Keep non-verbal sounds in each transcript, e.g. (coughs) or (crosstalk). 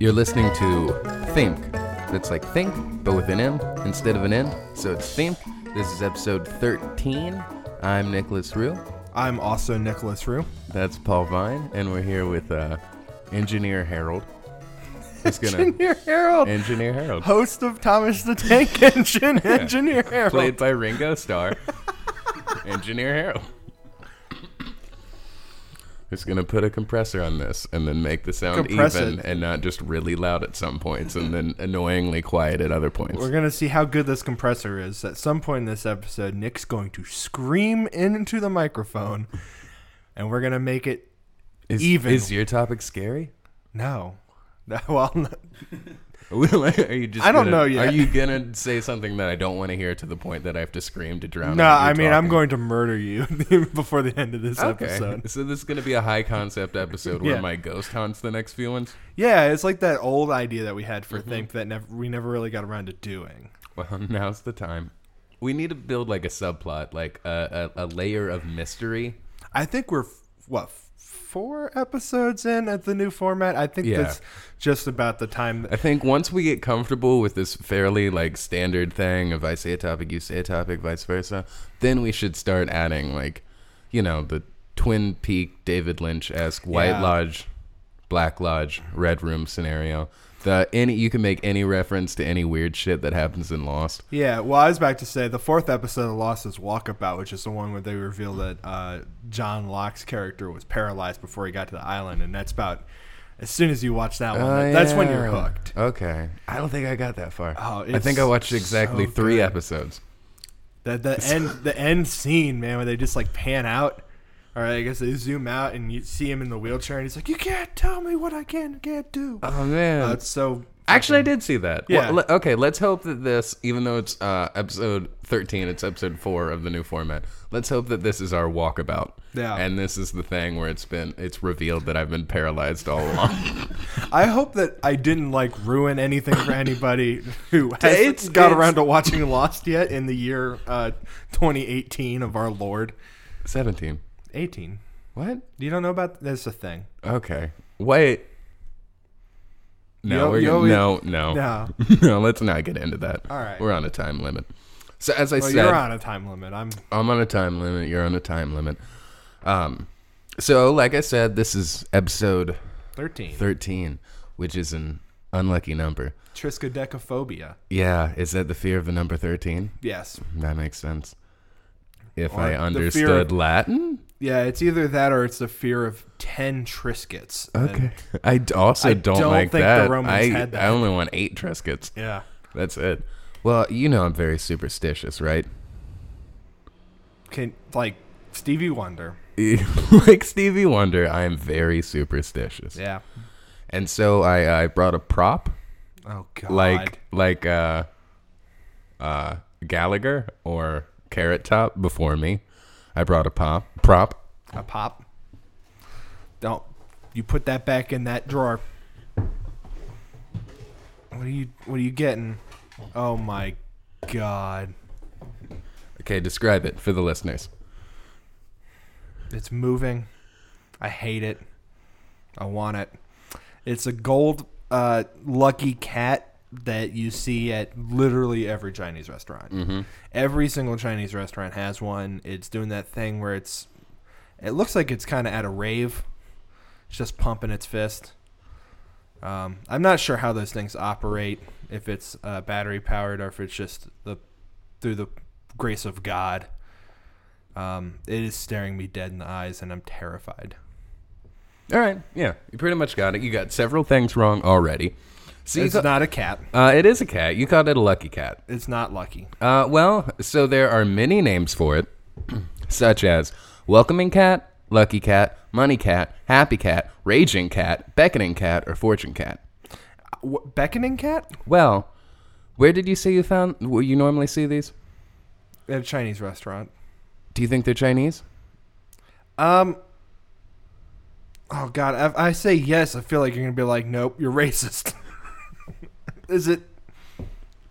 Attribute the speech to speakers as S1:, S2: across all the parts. S1: You're listening to Think. That's like Think, but with an M instead of an N. So it's Think. This is episode 13. I'm Nicholas Rue.
S2: I'm also Nicholas Rue.
S1: That's Paul Vine, and we're here with uh, Engineer Harold. It's gonna
S2: Engineer
S1: (laughs)
S2: Harold,
S1: Engineer Harold,
S2: host of Thomas the Tank (laughs) Engine. Engineer Harold.
S1: played by Ringo Starr. (laughs) Engineer Harold. It's gonna put a compressor on this and then make the sound
S2: Compress
S1: even
S2: it.
S1: and not just really loud at some points and then annoyingly quiet at other points.
S2: We're gonna see how good this compressor is. At some point in this episode, Nick's going to scream into the microphone, and we're gonna make it
S1: is,
S2: even.
S1: is your topic scary?
S2: no. (laughs) Well, no.
S1: Will I- (laughs) are you just?
S2: I don't
S1: gonna-
S2: know yet.
S1: Are you gonna say something that I don't want to hear to the point that I have to scream to drown?
S2: no
S1: out you
S2: I mean, I'm
S1: talking?
S2: going to murder you (laughs) before the end of this
S1: (laughs)
S2: episode.
S1: So this is going to be a high concept episode where
S2: Yeah.
S1: my ghost haunts the next few ones.
S2: Yeah, it's like that old idea that we had
S1: Mm-hmm.
S2: for Think that never we never really got around to doing.
S1: Well, (laughs) now's the time. We need to build like a subplot, like a, a, a layer of mystery.
S2: I think we're f- what f- four episodes in at the new format. I think
S1: Yeah.
S2: that's just about the time.
S1: I
S2: That,
S1: think once we get comfortable with this fairly like standard thing of I say a topic, you say a topic, vice versa, then we should start adding like, you know, the Twin Peak David Lynch esque White
S2: Yeah.
S1: Lodge, Black Lodge, Red Room scenario. The any you can make any reference to any weird shit that happens in Lost.
S2: yeah. Well, I was about to say the fourth episode of Lost is Walkabout, which is the one where they reveal that uh, John Locke's character was paralyzed before he got to the island, and that's about as soon as you watch that one,
S1: Oh,
S2: Uh, that's when you're
S1: yeah.
S2: hooked.
S1: Okay. I don't think I got that far.
S2: Oh,
S1: I think I
S2: it's
S1: watched exactly
S2: so
S1: three
S2: good.
S1: episodes.
S2: The the end the end scene, man, where they just like pan out. Or I guess they zoom out and you see him in the wheelchair, and he's like, "You can't tell me what I can and can't do."
S1: Oh man.
S2: Uh, it's so
S1: Actually, I did see that.
S2: Yeah.
S1: Well, le- okay, let's hope that this, even though it's uh, episode 13, it's episode 4 of the new format, let's hope that this is our walkabout.
S2: Yeah.
S1: And this is the thing where it's been, it's revealed that I've been paralyzed all along. (laughs)
S2: I hope that I didn't like ruin anything for anybody who hasn't
S1: It's-
S2: got
S1: it's-
S2: around to watching Lost yet in the year uh, 2018 of our Lord.
S1: 17.
S2: 18.
S1: What?
S2: You don't know about that's a thing.
S1: Okay. Wait. No,
S2: Yo-
S1: we're
S2: yo-
S1: gonna, no, no,
S2: No.
S1: (laughs) no. Let's not get into that.
S2: All right.
S1: We're on a time limit. So as I
S2: Well,
S1: said,
S2: you're on a time limit. I'm
S1: I'm on a time limit. You're on a time limit. Um, so like I said, this is episode
S2: 13.
S1: 13, which is an unlucky number.
S2: Triskaidekaphobia.
S1: Yeah, is that the fear of the number 13?
S2: Yes.
S1: That makes sense. If
S2: Or
S1: I
S2: the fear
S1: understood
S2: of-
S1: Latin?
S2: Yeah, it's either that or it's the fear of 10 Triscuits. And-
S1: I d- also
S2: I
S1: don't,
S2: don't
S1: like
S2: think the
S1: that.
S2: Romans
S1: I,
S2: had that.
S1: I only want eight Triscuits.
S2: yeah.
S1: That's it. Well, you know I'm very superstitious, right? (laughs)
S2: Can, like Stevie Wonder.
S1: like Stevie Wonder, I am very superstitious.
S2: Yeah.
S1: And so I, I brought a prop
S2: Oh, God.
S1: like like uh uh Gallagher or Carrot Top before me. I brought a pop prop.
S2: a pop. Don't you put that back in that drawer? What are you What are you getting? Oh my god!
S1: Okay, describe it for the listeners.
S2: It's moving. I hate it. I want it. It's a gold uh, lucky cat that you see at literally every Chinese restaurant. Every single Chinese restaurant has one. It's doing that thing where it's. It looks like it's kind of at a rave. It's just pumping its fist. Um, I'm not sure how those things operate. If it's uh, battery powered or if it's just the through the grace of God. Um, it is staring me dead in the eyes, and I'm terrified.
S1: All right, yeah, you pretty much got it. You got several things wrong already. So you
S2: It's
S1: ca-
S2: not a cat.
S1: uh, it is a cat. You called it a lucky cat.
S2: It's not lucky.
S1: Uh, well, so there are many names for it, (clears throat) such as welcoming cat, lucky cat, money cat, happy cat, raging cat, beckoning cat, or fortune cat.
S2: What, Uh, beckoning cat
S1: Well, where did you say you found? Where you normally see these?
S2: at a Chinese restaurant.
S1: Do you think they're Chinese?
S2: Um. Oh God, I, I say yes. I feel like you're gonna be like, nope, you're racist. (laughs) is it?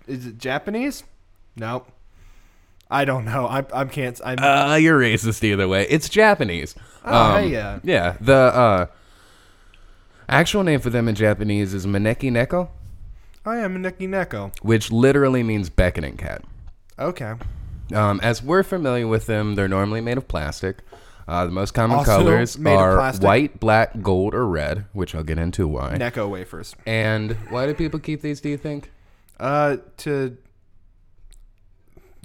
S2: Is it Japanese? Nope. I don't know. I I can't. I'm,
S1: Uh, you're racist either way. It's Japanese. Um,
S2: Oh, yeah.
S1: Yeah. The uh, actual name for them in Japanese is Maneki Neko,
S2: uh, I am a Nicky Neko.
S1: which literally means beckoning cat.
S2: Okay.
S1: Um, as we're familiar with them, they're normally made of plastic. Uh, the most common
S2: Also
S1: colors
S2: made of
S1: are
S2: plastic.
S1: white, black, gold, or red, which I'll get into why.
S2: Neko wafers.
S1: And why do people keep these, do you think?
S2: Uh, to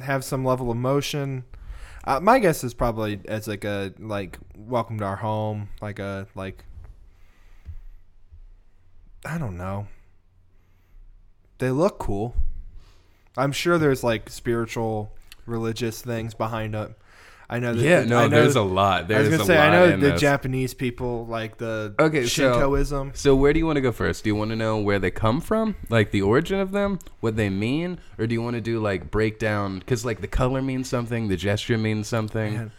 S2: have some level of motion. Uh, my guess is probably as like a like welcome to our home, like a like I don't know. They look cool. I'm sure there's like spiritual, religious things behind it. I know. That,
S1: Yeah, no,
S2: I know-
S1: there's a lot.
S2: I was
S1: There's
S2: gonna
S1: a
S2: say
S1: lot
S2: I know
S1: in
S2: the
S1: this.
S2: Japanese people like the
S1: Okay, so-
S2: Shintoism.
S1: So where do you want to go first? Do you want to know where they come from, like the origin of them, what they mean, or do you want to do like breakdown? Because like the color means something, the gesture means something.
S2: Man,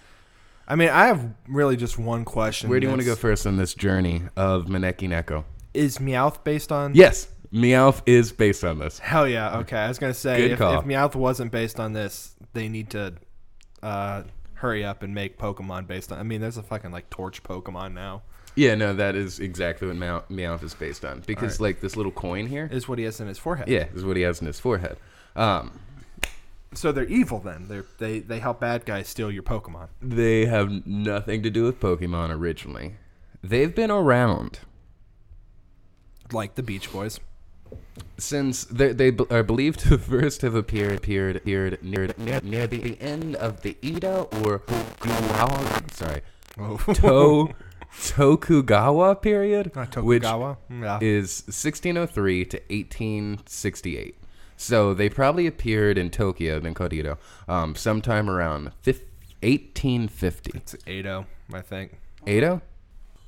S2: I mean, I have really just one question.
S1: Where do you want to go
S2: that's-
S1: first on this journey of Maneki Neko?
S2: Is Meowth based on?
S1: Yes, Meowth is based on this.
S2: Hell yeah. Okay, I was gonna say
S1: Good
S2: if, if
S1: call.
S2: Meowth wasn't based on this, they need to uh, hurry up and make Pokemon based on. I mean, there's a fucking like Torch Pokemon now.
S1: Yeah, no, that is exactly what Meow- Meowth is based on. Because like this little coin here,
S2: Is what he has in his forehead.
S1: yeah, is what he has in his forehead. Um,
S2: So they're evil then. They they they help bad guys steal your Pokemon.
S1: they have nothing to do with Pokemon originally. They've been around.
S2: Like the Beach Boys. (laughs)
S1: since they, they b- are believed to (laughs) first have appeared appeared appeared near near, near the end of the Edo or Tokugawa
S2: (laughs)
S1: sorry
S2: Oh.
S1: to, Tokugawa period,
S2: Not
S1: which
S2: Tokugawa. yeah.
S1: is 1603 to 1868. So they probably appeared in Tokyo then called Edo um, sometime around fif- 1850.
S2: it's Edo, I think.
S1: Edo,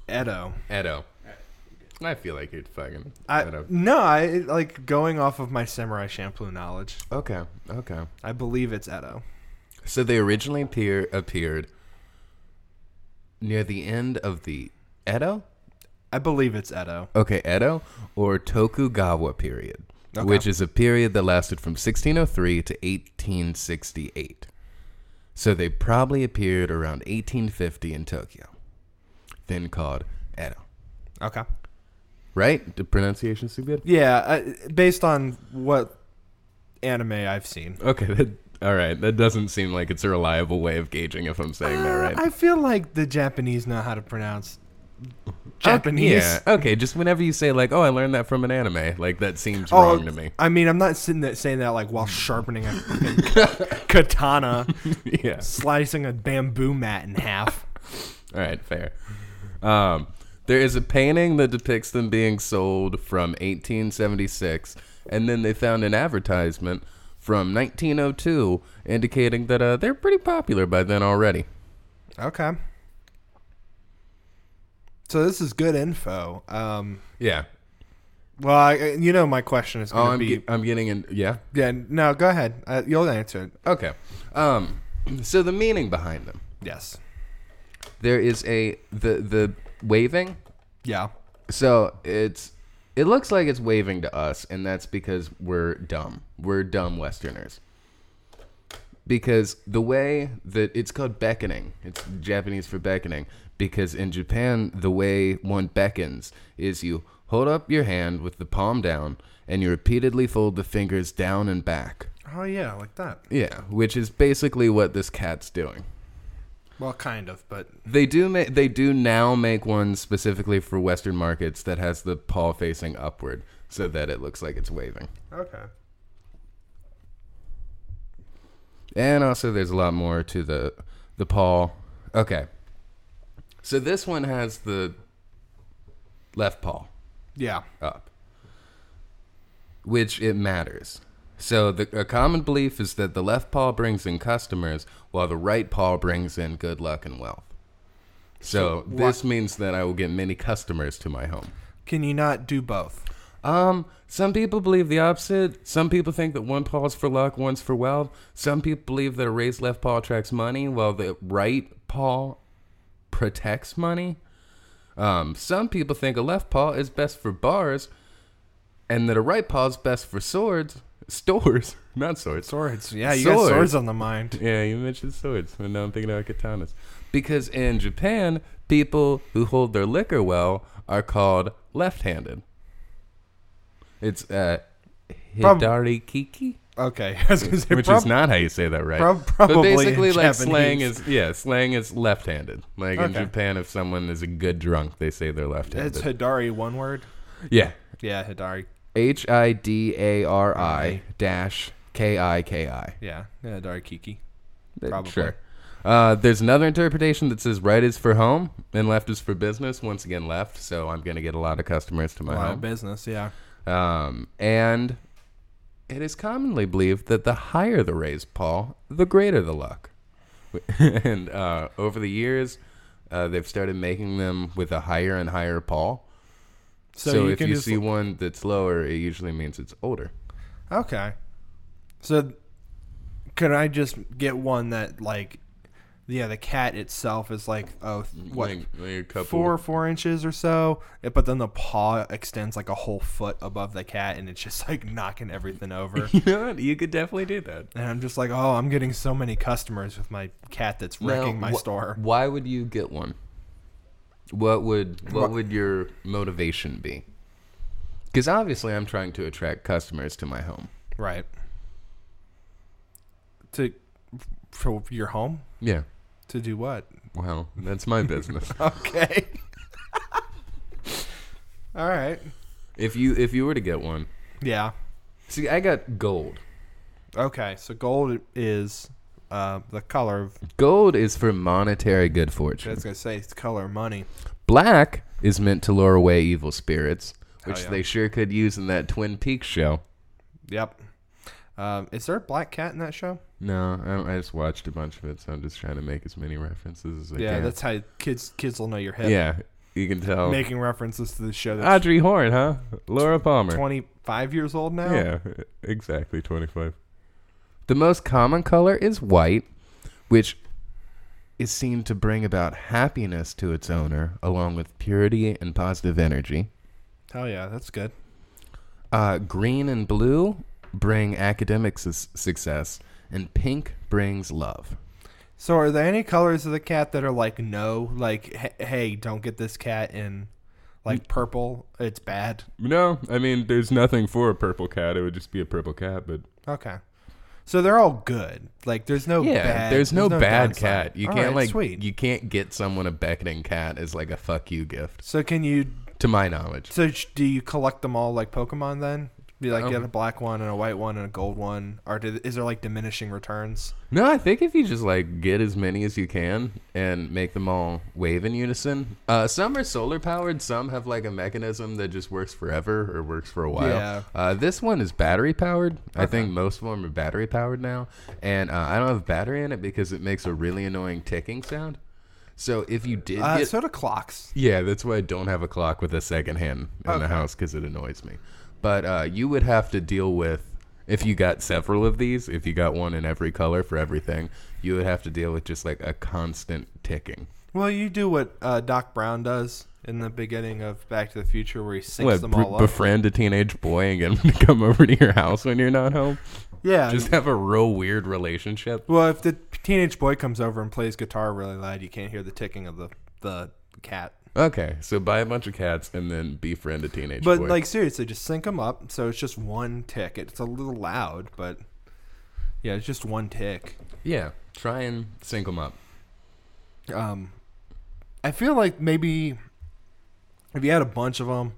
S2: Edo.
S1: Edo. I feel like you'd fucking
S2: I,
S1: Edo.
S2: no, I like going off of my samurai shampoo knowledge.
S1: Okay, okay.
S2: I believe it's Edo.
S1: So they originally appear, appeared near the end of the Edo?
S2: I believe it's Edo.
S1: Okay, Edo or Tokugawa period,
S2: Okay.
S1: which is a period that lasted from 1603 to 1868. So they probably appeared around 1850 in Tokyo, then called Edo.
S2: Okay.
S1: Right? The pronunciation's too good?
S2: Yeah, I, based on what anime I've seen.
S1: Okay, that, all right. That doesn't seem like it's a reliable way of gauging if I'm saying that right.
S2: Uh, I feel like the Japanese know how to pronounce
S1: Okay,
S2: Japanese.
S1: Uh, yeah. Okay. Just whenever you say like, "Oh, I learned that from an anime," like that seems
S2: Oh,
S1: wrong to me. (laughs)
S2: I mean, I'm not sitting there saying that like while sharpening
S1: (laughs)
S2: a fucking katana,
S1: yeah.
S2: slicing a bamboo mat in half.
S1: All right. Fair. Um, there is a painting that depicts them being sold from 1876, and then they found an advertisement from 1902 indicating that uh, they're pretty popular by then already.
S2: Okay. So this is good info. Um,
S1: Yeah.
S2: well, I, uh, you know my question is
S1: Oh,
S2: going to
S1: I'm
S2: be
S1: ge- I'm getting in. Yeah.
S2: yeah. No, go ahead. Uh, you'll answer it.
S1: Okay. Um, so the meaning behind them.
S2: Yes.
S1: There is a the the waving
S2: Yeah.
S1: So it's it looks like it's waving to us, and that's because we're dumb. We're dumb Westerners. Because the way that it's called beckoning, it's Japanese for beckoning. Because in Japan, the way one beckons is you hold up your hand with the palm down, and you repeatedly fold the fingers down and back.
S2: Oh yeah, like that.
S1: Yeah, which is basically what this cat's doing.
S2: Well, kind of, but
S1: They do ma- they do now make one specifically for Western markets that has the paw facing upward so that it looks like it's waving.
S2: okay.
S1: And also there's a lot more to the the paw. Okay. So this one has the left paw
S2: Yeah.
S1: up. Which it matters. So the, a common belief is that the left paw brings in customers while the right paw brings in good luck and wealth. So,
S2: wha-
S1: this means that I will get many customers to my home.
S2: Can you not do both?
S1: Um, some people believe the opposite. Some people think that one paw's for luck, one's for wealth. Some people believe that a raised left paw attracts money, while the right paw protects money. Um, some people think a left paw is best for bars, and that a right paw is best for swords. (laughs) Stores, not swords.
S2: Swords. Yeah, you got
S1: Swords.
S2: swords on the mind.
S1: Yeah, you mentioned swords, and now I'm thinking about katanas. Because in Japan, people who hold their liquor well are called left-handed. It's uh,
S2: Prob-
S1: hidari kiki,
S2: Okay. (laughs) I was gonna say,
S1: which is
S2: prob-
S1: not how you say that right.
S2: prob- probably
S1: but
S2: in
S1: basically, like
S2: Japanese.
S1: slang is yeah, slang is left-handed. Like in
S2: Okay.
S1: Japan, if someone is a good drunk, they say they're left-handed.
S2: It's Hidari one word.
S1: yeah,
S2: Yeah, Hidari.
S1: H I D A R I
S2: I.
S1: dash K I K I.
S2: Yeah, yeah Hidari Kiki.
S1: Uh,
S2: Probably.
S1: Sure. Uh, there's another interpretation that says right is for home and left is for business. Once again, left. So I'm going to get a lot of customers to
S2: A
S1: my
S2: lot of
S1: home.
S2: business. Yeah.
S1: Um, and it is commonly believed that the higher the raise Paul, the greater the luck. (laughs) and uh, over the years, uh, they've started making them with a higher and higher Paul. So,
S2: So, you
S1: if
S2: can
S1: you
S2: just
S1: see one that's lower, it usually means it's older.
S2: Okay. So could I just get one that like yeah, the cat itself is like oh th- what
S1: Like- like a couple-
S2: four four inches or so, eh, but then the paw extends like a whole foot above the cat and it's just (laughs) like knocking
S1: (laughs)
S2: everything over.
S1: (laughs) You know what? You could definitely do that.
S2: and I'm just like, oh, I'm getting so many customers with my cat that's wrecking
S1: Now,
S2: my
S1: wh-
S2: store.
S1: Why would you get one? What would what would your motivation be? Because obviously, I'm trying to attract customers to my home.
S2: Right. To for your home
S1: Yeah.
S2: to do what? (laughs)
S1: Well, that's my business.
S2: Okay. (laughs) All right.
S1: (laughs) if you if you were to get one,
S2: Yeah.
S1: see, I got gold.
S2: Okay, so gold is uh, the color of.
S1: Gold is for monetary good fortune.
S2: That's gonna say it's color of money.
S1: Black is meant to lure away evil spirits,
S2: Oh,
S1: which
S2: yeah.
S1: they sure could use in that Twin Peaks show.
S2: Yep. Um, is there a black cat in that show?
S1: No, I, I just watched a bunch of it, so I'm just trying to make as many references as I
S2: yeah,
S1: can.
S2: that's how kids kids will know your hip.
S1: yeah, you can tell.
S2: Making references to the show that's
S1: Audrey Horn, huh? Laura Palmer.
S2: twenty five years old now.
S1: Yeah, exactly. 25. The most common color is white, which is seen to bring about happiness to its owner, along with purity and positive energy.
S2: Hell yeah, that's good.
S1: Uh, green and blue bring academic su- success, and pink brings love.
S2: So, are there any colors of the cat that are like no, like he- hey, don't get this cat in like
S1: Mm.
S2: purple, it's bad.
S1: No, I mean, there's nothing for a purple cat. It would just be a purple cat, but.
S2: Okay. So they're all good. Like there's no
S1: Yeah,
S2: bad.
S1: there's no, bad
S2: downside.
S1: cat. You
S2: All
S1: can't
S2: right,
S1: like
S2: sweet.
S1: you can't get someone a beckoning cat as like a fuck you gift,
S2: so can you
S1: to my knowledge.
S2: So sh- do you collect them all like Pokemon then? Be like
S1: Um,
S2: get a black one and a white one and a gold one, or do, is there like diminishing returns?
S1: No, I think if you just like get as many as you can and make them all wave in unison. Uh, some are solar powered. Some have like a mechanism that just works forever or works for a while.
S2: Yeah.
S1: Uh, this one is battery powered. I
S2: Okay.
S1: think most of them are battery powered now, and uh, I don't have a battery in it because it makes a really annoying ticking sound. So if you did
S2: Uh,
S1: get
S2: so do clocks.
S1: Yeah, that's why I don't have a clock with a second hand in the
S2: Okay.
S1: house because it annoys me. But uh, you would have to deal with if you got several of these. If you got one in every color for everything, you would have to deal with just like a constant ticking.
S2: Well, you do what uh, Doc Brown does in the beginning of Back to the Future, where he syncs
S1: What,
S2: them
S1: br-
S2: all up.
S1: befriend a teenage boy and get him to come (laughs) over to your house when you're not home.
S2: yeah.
S1: Just have a real weird relationship.
S2: well, if the teenage boy comes over and plays guitar really loud, you can't hear the ticking of the the cat.
S1: Okay, so buy a bunch of cats and then befriend a teenage
S2: But
S1: boy.
S2: like seriously, just sync them up so it's just one tick. It's a little loud, but yeah, it's just one tick.
S1: yeah, try and sync them up.
S2: Um, I feel like maybe if you had a bunch of them,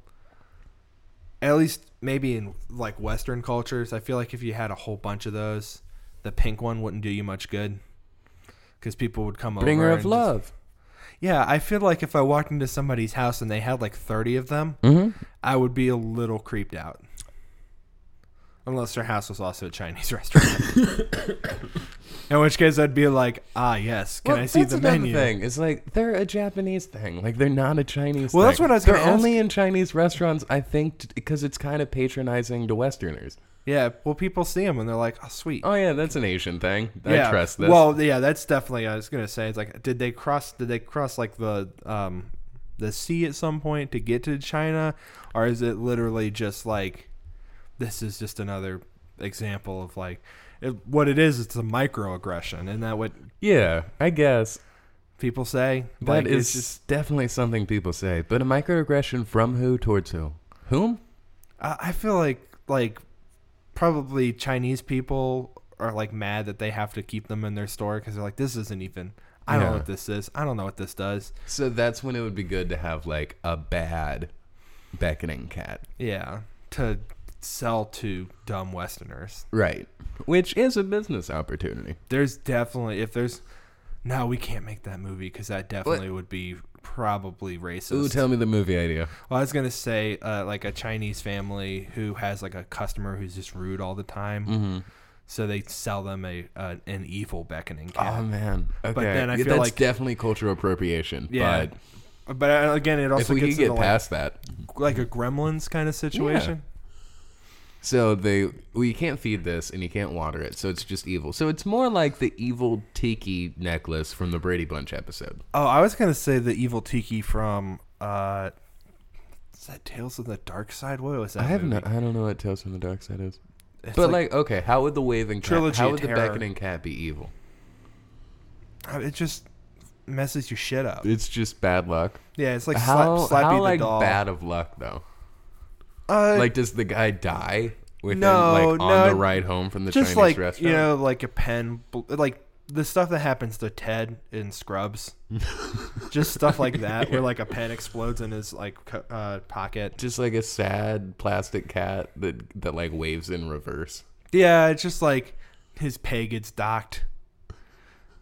S2: at least maybe in like Western cultures, I feel like if you had a whole bunch of those, the pink one wouldn't do you much good because people would come over.
S1: Bringer
S2: and
S1: of
S2: just-
S1: love.
S2: yeah, I feel like if I walked into somebody's house and they had like thirty of them,
S1: Mm-hmm.
S2: I would be a little creeped out. Unless their house was also a Chinese (laughs) restaurant.
S1: (laughs)
S2: In which case, I'd be like, ah, yes, can
S1: Well,
S2: I see
S1: that's
S2: the
S1: another
S2: menu?
S1: Thing. It's like they're a Japanese thing. Like they're not a Chinese.
S2: Well, that's
S1: thing.
S2: what I was
S1: They're
S2: gonna ask.
S1: only in Chinese restaurants, I think, because it's kind of patronizing to Westerners.
S2: Yeah, well, people see them and they're like, "Oh, sweet."
S1: Oh yeah, that's an Asian thing.
S2: yeah.
S1: I trust this.
S2: Well, yeah, that's definitely. I was gonna say, it's like, did they cross? Did they cross like the um, the sea at some point to get to China, or is it literally just like, this is just another example of like it, what it is. It's a microaggression, and that what
S1: Yeah, I guess.
S2: people say.
S1: That
S2: Like,
S1: is
S2: it's just
S1: definitely something people say. But a microaggression from who towards who? Whom?
S2: I I feel like like probably Chinese people are like mad that they have to keep them in their store because they're like, this isn't even. I don't know
S1: Yeah.
S2: what this is. I don't know what this does.
S1: So that's when it would be good to have like a bad beckoning cat.
S2: Yeah, to sell to dumb Westerners.
S1: Right. Which is a business opportunity.
S2: There's definitely if there's no, we can't make that movie because that definitely would be probably racist.
S1: Ooh, tell me the movie idea.
S2: Well, I was gonna say uh, like a Chinese family who has like a customer who's just rude all the time,
S1: Mm-hmm.
S2: so they sell them a uh, an evil beckoning cat.
S1: Oh man. Okay.
S2: then I
S1: Yeah,
S2: feel
S1: that's
S2: like-
S1: definitely cultural appropriation.
S2: Yeah.
S1: But
S2: But, uh, again, it
S1: if
S2: also
S1: we
S2: gets
S1: could get
S2: into
S1: past that.
S2: like, like a Gremlins kind of situation.
S1: So they well you can't feed this and you can't water it, so it's just evil. So it's more like the evil tiki necklace from the Brady Bunch episode.
S2: Oh, I was gonna say the evil Tiki from uh, is that Tales of the Dark Side? What was that?
S1: I have
S2: movie?
S1: no I don't know what Tales from the Dark Side is.
S2: It's
S1: but like, okay, how would the waving cat,
S2: Trilogy
S1: how
S2: of
S1: would the
S2: Terror.
S1: beckoning cat be evil?
S2: like uh, it just messes your shit up.
S1: It's just bad luck.
S2: Yeah, it's like
S1: how
S2: slap, Slappy
S1: how
S2: the
S1: like
S2: doll.
S1: bad of luck though?
S2: Uh,
S1: Like does the guy die within
S2: No,
S1: like on
S2: no,
S1: the ride home from the
S2: just
S1: Chinese
S2: like
S1: restaurant?
S2: you know, like a pen, bl- like the stuff that happens to Ted
S1: (laughs)
S2: in Scrubs, just stuff like that, where like a pen explodes in his like co- uh, pocket.
S1: just like a sad plastic cat that that like waves in reverse.
S2: Yeah, it's just like his pay gets docked.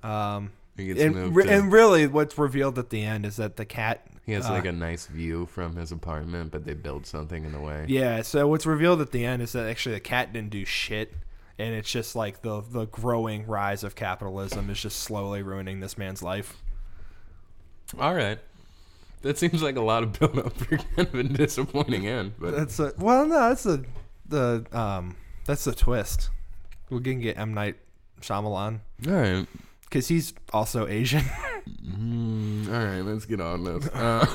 S2: Um,
S1: He gets
S2: and,
S1: moved
S2: re-
S1: to-
S2: and really, what's revealed at the end is that the cat.
S1: He has
S2: uh,
S1: like a nice view from his apartment, but they build something in the way.
S2: Yeah, so what's revealed at the end is that actually the cat didn't do shit, and it's just like the the growing rise of capitalism is just slowly ruining this man's life.
S1: All right. That seems like a lot of build up for (laughs) kind of a disappointing end, but
S2: That's a well, no, that's the the um that's the twist. We can get M Night Shyamalan
S1: all right,
S2: because he's also Asian. (laughs)
S1: Mm, all right, let's get on this. Uh,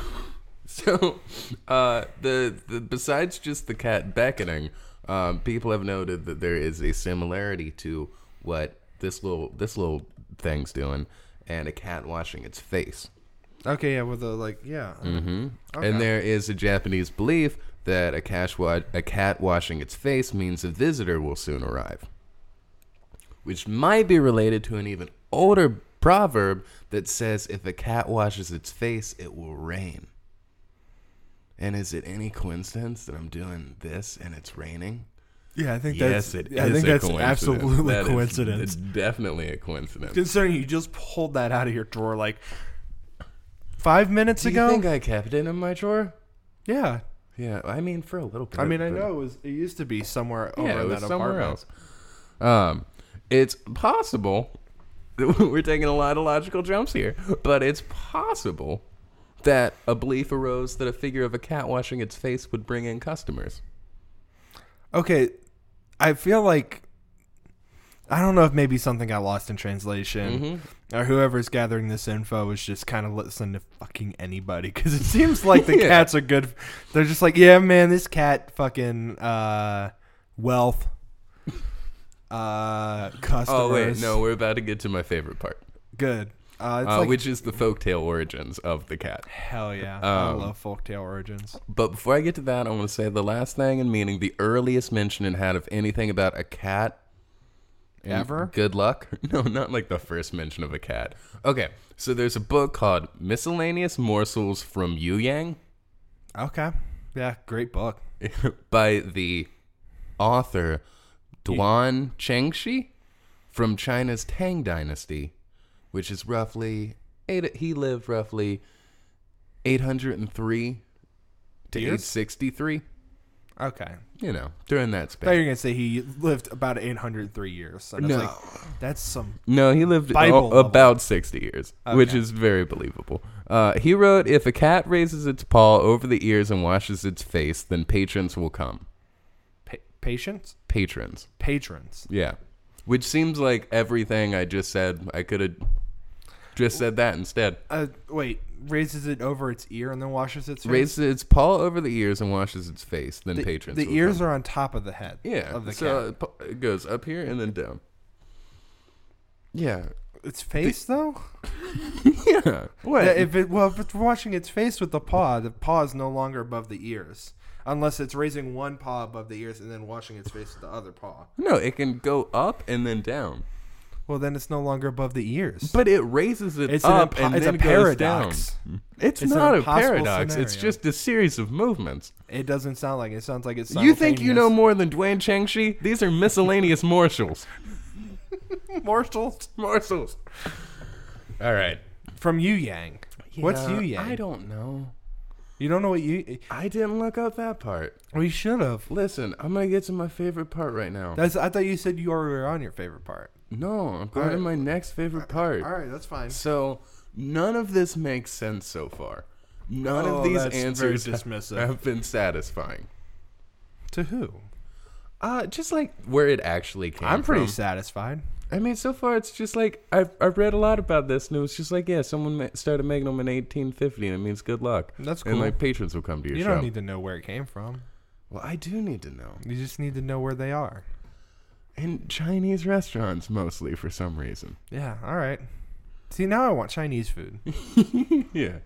S1: so, uh, the, the besides just the cat beckoning, um, people have noted that there is a similarity to what this little this little thing's doing, and a cat washing its face.
S2: okay, yeah, with the like, yeah,
S1: hmm
S2: Okay.
S1: And there is a Japanese belief that a, cash wa- a cat washing its face means a visitor will soon arrive, which might be related to an even older proverb that says if a cat washes its face, it will rain. And is it any coincidence that I'm doing this and it's raining?
S2: yeah. I think
S1: yes, it is.
S2: I think
S1: a
S2: that's
S1: coincidence.
S2: absolutely
S1: That is
S2: coincidence.
S1: definitely a coincidence.
S2: Considering you just pulled that out of your drawer like five minutes
S1: Do you
S2: ago.
S1: think I kept it in my drawer?
S2: yeah,
S1: Yeah, I mean for a little bit.
S2: I mean, I
S1: but-
S2: know it was. It used to be somewhere over
S1: yeah,
S2: in
S1: it
S2: that
S1: was somewhere
S2: apartment.
S1: else. Um, it's possible (laughs) that we're taking a lot of logical jumps here, but it's possible that a belief arose that a figure of a cat washing its face would bring in customers.
S2: Okay, I feel like I don't know if maybe something got lost in translation.
S1: Mm-hmm.
S2: or whoever's gathering this info is just kind of listening to fucking anybody because it seems like
S1: (laughs)
S2: the
S1: Yeah.
S2: cats are good. They're just like, yeah, man, this cat fucking uh, wealth, uh, customers.
S1: Oh wait, no, we're about to get to my favorite part,
S2: good. Uh, it's
S1: uh,
S2: like
S1: which is the folktale origins of the cat.
S2: hell yeah, I
S1: um,
S2: love folktale origins.
S1: But before I get to that, I want to say the last thing in meaning the earliest mention it had of anything about a cat. and
S2: Ever?
S1: Good luck. (laughs) No, not like the first mention of a cat. Okay, so there's a book called Miscellaneous Morsels from Yu Yang (laughs)
S2: Okay, yeah, great book.
S1: by the author Duan Chengxi from China's Tang Dynasty, which is roughly eight, he lived roughly 803 to
S2: Years?
S1: 863
S2: Okay,
S1: you know, during that
S2: I thought you
S1: space.
S2: were gonna say he lived about 803 years. And I was like, that's some
S1: No, he lived a-
S2: Bible level.
S1: about 60 years, which
S2: Okay.
S1: is very believable. Uh, he wrote, If a cat raises its paw over the ears and washes its face, then patrons will come.
S2: pa- patience,
S1: Patrons.
S2: patrons.
S1: Yeah. Which seems like everything I just said, I could have just said that instead.
S2: Uh, wait, raises it over its ear and then washes its face.
S1: Raises its paw over the ears and washes its face. Then
S2: the,
S1: patrons.
S2: The
S1: will
S2: ears
S1: come.
S2: are on top of the head.
S1: Yeah.
S2: of the
S1: so
S2: cat.
S1: it po- it goes up here and then down. Yeah.
S2: Its face though.
S1: (laughs) Yeah. What?
S2: Yeah, if it well, if it's washing its face with the paw, the paw is no longer above the ears, unless it's raising one paw above the ears and then washing its face with the other paw.
S1: no, it can go up and then down.
S2: Well, then it's no longer above the ears.
S1: But it raises it
S2: It's an
S1: up
S2: impo-
S1: and
S2: it's
S1: then
S2: a
S1: goes
S2: paradox.
S1: down. It's,
S2: It's an
S1: not a
S2: impossible
S1: paradox. It's
S2: scenario.
S1: just a series of movements.
S2: it doesn't sound like it. it sounds like it's.
S1: You think you know
S2: simultaneous.
S1: more than Dwayne Changshi? These are
S2: (laughs)
S1: miscellaneous morsels.
S2: Marshall
S1: Morsels. All right.
S2: from Yu Yang? What's Yu Yang?
S1: I don't know.
S2: You don't know what you.
S1: I didn't look up that part.
S2: We should have.
S1: Listen, I'm gonna get to my favorite part right now.
S2: That's. I thought you said you already were on your favorite part.
S1: no, I'm going to
S2: right.
S1: my next favorite part.
S2: All right, that's fine.
S1: So none of this makes sense so far. None
S2: Oh,
S1: of these
S2: that's very
S1: answers
S2: dismissive.
S1: (laughs) have been satisfying.
S2: To who?
S1: Uh, just like where it actually came
S2: I'm pretty
S1: from.
S2: satisfied.
S1: I mean, so far it's just like I've I've read a lot about this, and it was just like, yeah, someone ma- started making them in 1850, and it means good luck.
S2: That's
S1: And
S2: cool.
S1: like patrons will come to your
S2: You
S1: shop.
S2: don't need to know where it came from.
S1: well, I do need to know.
S2: You just need to know where they are.
S1: In Chinese restaurants, mostly for some
S2: (laughs)
S1: reason.
S2: Yeah. All right. See, now I want
S1: (laughs)
S2: Chinese food.
S1: yeah.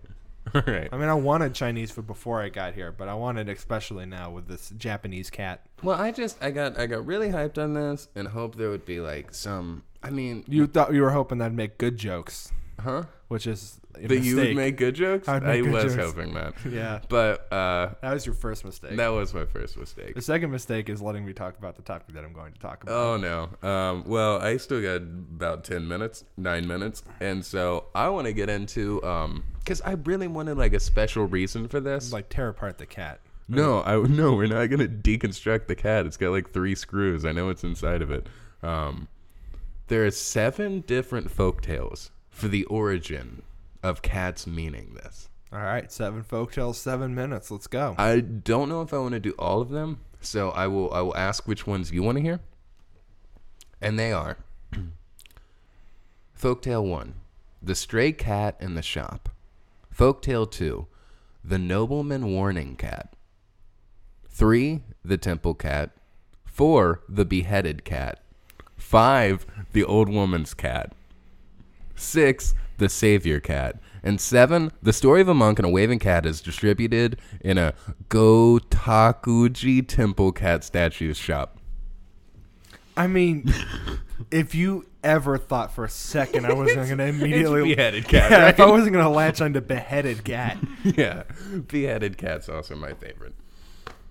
S1: All right.
S2: I mean, I wanted Chinese food before I got here, but I want it especially now with this Japanese cat.
S1: Well, I just I got I got really hyped on this, and hoped there would be like some. I mean,
S2: You thought you were hoping I'd make good jokes,
S1: huh?
S2: which is a
S1: That you would
S2: mistake.
S1: make good jokes.
S2: I would
S1: I
S2: make good
S1: was
S2: jokes.
S1: hoping that,
S2: (laughs) Yeah,
S1: but uh,
S2: that was your first mistake.
S1: that was my first mistake.
S2: The second mistake is letting me talk about the topic that I'm going to talk about.
S1: Oh no. Um, well, I still got about ten minutes, nine minutes, and so I want to get into um, because I really wanted like a special reason for this.
S2: Like tear apart the cat.
S1: no, I (laughs) no, we're not gonna deconstruct the cat. It's got like three screws. I know what's inside of it. Um, there are seven different folktales for the origin of cats meaning this.
S2: All right, seven folktales, seven minutes. Let's go.
S1: I don't know if I want to do all of them, so I will I will ask which ones you want to hear. And they are (clears throat) Folktale 1, The Stray Cat in the Shop. Folktale 2, The Nobleman Warning Cat. 3, The Temple Cat. 4, The Beheaded Cat. 5, The Old Woman's Cat. 6, The Savior Cat. And 7, The Story of a Monk and a Waving Cat is distributed in a Gotakuji Temple Cat Statues shop. (laughs)
S2: I mean, if you ever thought for a second I
S1: (laughs)
S2: wasn't going to immediately
S1: beheaded cat,
S2: Yeah,
S1: (laughs) right?
S2: if I wasn't going to latch onto beheaded cat.
S1: (laughs) yeah. Beheaded Cat's also my favorite.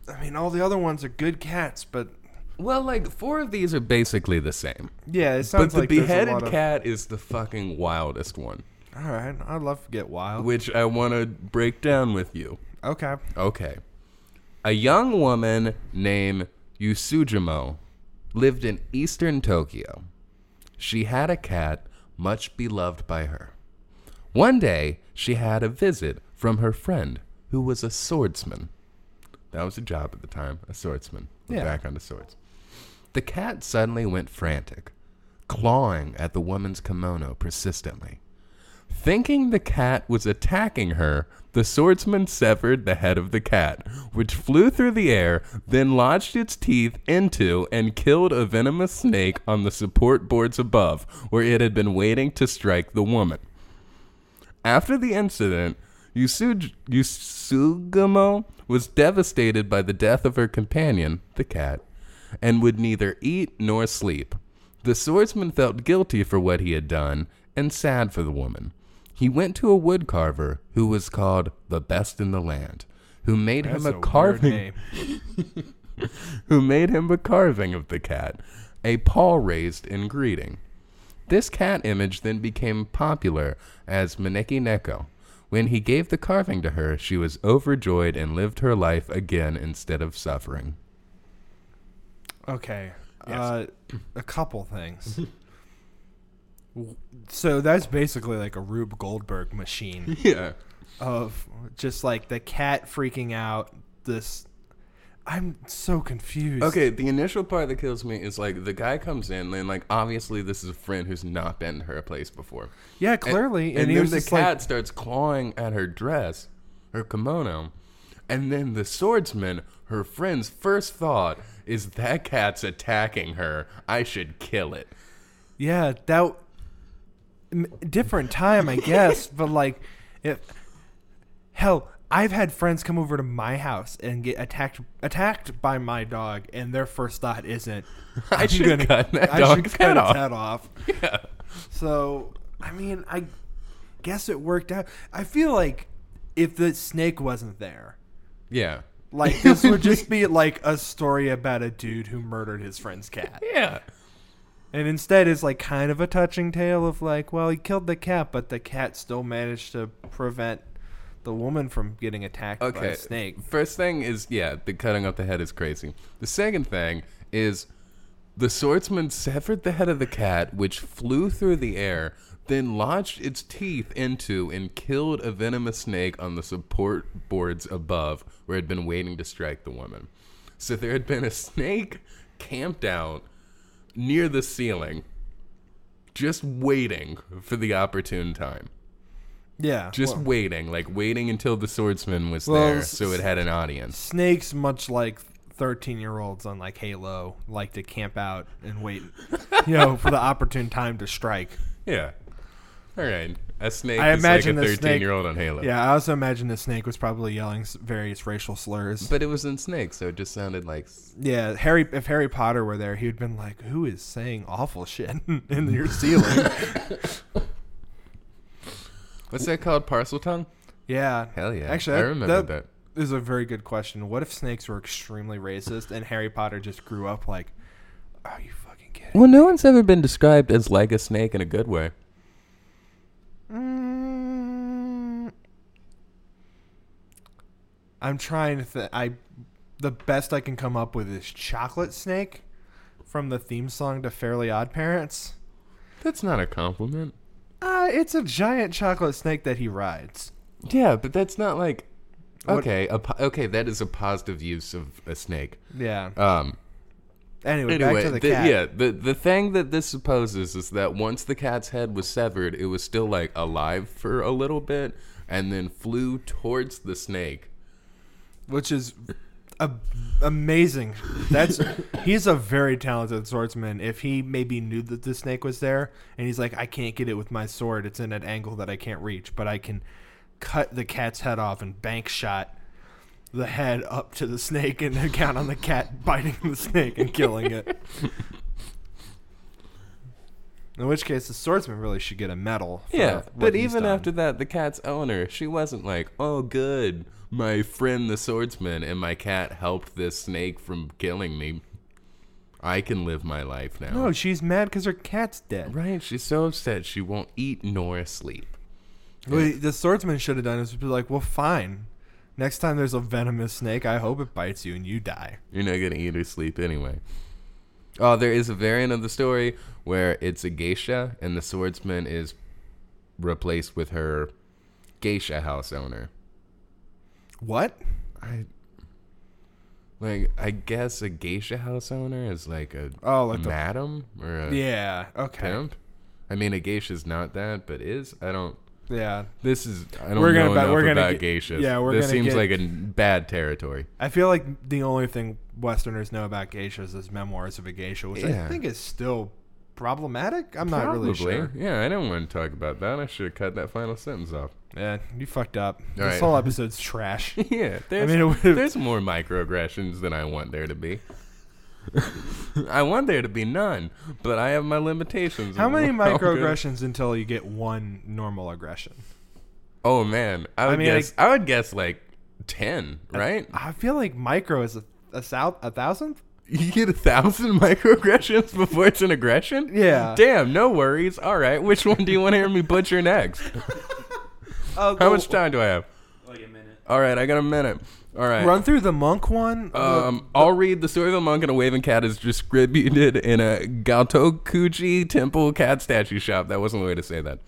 S2: I mean, all the other ones are good cats, but
S1: Well, like four of these are basically the same,
S2: yeah, it
S1: but
S2: sounds
S1: the
S2: like there's a lot
S1: beheaded
S2: of-
S1: cat is the fucking wildest one,
S2: All right, I'd love to get wild.
S1: which I want to break down with you.
S2: Okay.
S1: Okay, a young woman named Yusujimo lived in eastern Tokyo. She had a cat much beloved by her. One day, she had a visit from her friend who was a swordsman. That was a job at the time, a swordsman. We're
S2: Yeah.
S1: Back onto swords. The cat suddenly went frantic, clawing at the woman's kimono persistently. Thinking the cat was attacking her, the swordsman severed the head of the cat, which flew through the air, then lodged its teeth into and killed a venomous snake on the support boards above, where it had been waiting to strike the woman. After the incident, Yusuj- Yusugamo was devastated by the death of her companion, the cat, and would neither eat nor sleep. The swordsman felt guilty for what he had done and sad for the woman. He went to a wood carver who was called the best in the land, who made
S2: That's
S1: him
S2: a
S1: a
S2: weird
S1: carving
S2: name.
S1: who made him a carving of the cat, a paw raised in greeting. This cat image then became popular as Maneki Neko. When he gave the carving to her, she was overjoyed and lived her life again instead of suffering.
S2: Okay. Uh, a couple things. W- so that's basically like a Rube Goldberg machine
S1: (laughs) Yeah.
S2: of just like the cat freaking out. This, I'm so confused.
S1: Okay, the initial part that kills me is like the guy comes in and like obviously this is a friend who's not been to her place before.
S2: Yeah, clearly.
S1: And,
S2: he
S1: then
S2: was
S1: the
S2: just
S1: cat
S2: like,
S1: starts clawing at her dress, her kimono. And then the swordsman, her friend's first thought is that cat's attacking her. I should kill it. (laughs)
S2: yeah, that m- different time,
S1: (laughs)
S2: I guess. but like, if hell, I've had friends come over to my house and get attacked attacked by my dog, and their first thought isn't,
S1: (laughs) I
S2: "I'm
S1: should
S2: gonna-
S1: cut that
S2: I
S1: dog's
S2: should cut
S1: head
S2: its
S1: off."
S2: head off." So, I mean, I guess it worked out. I feel like if the snake wasn't there,
S1: Yeah.
S2: like this would just be like a story about a dude who murdered his friend's cat.
S1: Yeah.
S2: And instead it's like kind of a touching tale of like, well, he killed the cat, but the cat still managed to prevent the woman from getting attacked by
S1: Okay.
S2: a snake.
S1: First thing is yeah, the cutting off the head is crazy. The second thing is the swordsman severed the head of the cat, which flew through the air, then lodged its teeth into and killed a venomous snake on the support boards above, where it had been waiting to strike the woman. So there had been a snake camped out near the ceiling, just waiting for the opportune time.
S2: Yeah.
S1: Just
S2: well,
S1: waiting, like waiting until the swordsman was
S2: Well,
S1: there,
S2: s-
S1: so it had an audience.
S2: snakes much like 13-year-olds on like Halo like to camp out and wait, (laughs) you know, for the opportune time to strike.
S1: Yeah. All right. A snake
S2: I
S1: is like a
S2: imagine the snake-
S1: thirteen-year-old on Halo.
S2: Yeah, I also imagine the snake was probably yelling s- various racial slurs.
S1: But it was in snake, so it just sounded like s-
S2: Yeah, Harry. If Harry Potter were there, he'd been like, "Who is saying awful shit (laughs) in
S1: (laughs)
S2: your ceiling?"
S1: what's that called? Parcel tongue?
S2: yeah,
S1: Hell yeah.
S2: Actually,
S1: I
S2: that-
S1: remember
S2: that-
S1: that.
S2: This is a very good question. What if snakes were extremely racist and Harry Potter just grew up like, "Are you fucking kidding?"
S1: Well, no one's ever been described as like a snake in a good way.
S2: Mm, I'm trying to. Th- I the best I can come up with is chocolate snake from the theme song to Fairly Odd Parents.
S1: That's not a compliment.
S2: Uh, it's a giant chocolate snake that he rides.
S1: Yeah, but that's not like.
S2: What-
S1: Okay, a po- okay, that is a positive use of a snake.
S2: Yeah.
S1: Um,
S2: Anyway,
S1: anyway,
S2: back to the,
S1: the-
S2: cat.
S1: yeah, the the thing that this supposes is that once the cat's head was severed, it was still like alive for a little bit, and then flew towards the snake.
S2: Which is a, amazing. That's he's a very talented swordsman. If he maybe knew that the snake was there, and he's like, I can't get it with my sword. It's in an angle that I can't reach, but I can cut the cat's head off and bank shot the head up to the snake and then count on the cat biting the snake and killing it. In which case, the swordsman really should get a medal. for
S1: Yeah,
S2: what
S1: but
S2: he's
S1: even
S2: done.
S1: after that, the cat's owner, she wasn't like, "Oh, good, my friend the swordsman and my cat helped this snake from killing me. I can live my life now."
S2: No, she's mad because her cat's
S1: (laughs)
S2: dead.
S1: Right? She's so upset she won't eat nor sleep.
S2: What the swordsman should have done is be like, well, fine. Next time there's a venomous snake, I hope it bites you and you die.
S1: You're not gonna eat or sleep anyway. Oh, there is a variant of the story where it's a geisha and the swordsman is replaced with her geisha house owner.
S2: What?
S1: I like I guess a geisha house owner is like a
S2: Oh, like the.
S1: madam or a
S2: Yeah. Okay.
S1: pimp. I mean, a geisha's not that, but is I don't.
S2: Yeah.
S1: This is I don't
S2: We're
S1: know
S2: gonna ba-
S1: enough
S2: we're gonna
S1: about
S2: get-
S1: geishas.
S2: yeah, we're
S1: this
S2: gonna
S1: seems
S2: get-
S1: like a n- bad territory.
S2: I feel like the only thing Westerners know about geishas is memoirs of a geisha, which
S1: Yeah.
S2: I think is still problematic. I'm not really sure.
S1: Yeah, I don't want to talk about that. I should have cut that final sentence off.
S2: Yeah, you fucked up. this
S1: right. (laughs)
S2: whole episode's trash.
S1: yeah, there's,
S2: mean, it would've-
S1: there's more microaggressions than I want there to
S2: (laughs)
S1: be. I want there to be none, but I have my limitations.
S2: How
S1: on (laughs)
S2: many
S1: what I'm gonna-
S2: microaggressions until you get one normal aggression?
S1: Oh man, I would
S2: mean,
S1: guess. I would guess like ten, right?
S2: I feel like micro is a, a, sou- a thousandth?
S1: (laughs) You get a thousand (laughs) microaggressions before it's an aggression.
S2: Yeah.
S1: Damn, no worries. All right, which one do you want to hear me butcher next?
S2: Uh, (laughs)
S1: How
S2: go-
S1: much time do I have?
S3: Like a minute.
S1: All right, I got a minute. All right.
S2: Run through the monk one.
S1: Um, I'll read the story of a monk and a waving cat is distributed in a Gautokuji temple cat statue shop. That wasn't the way to say that.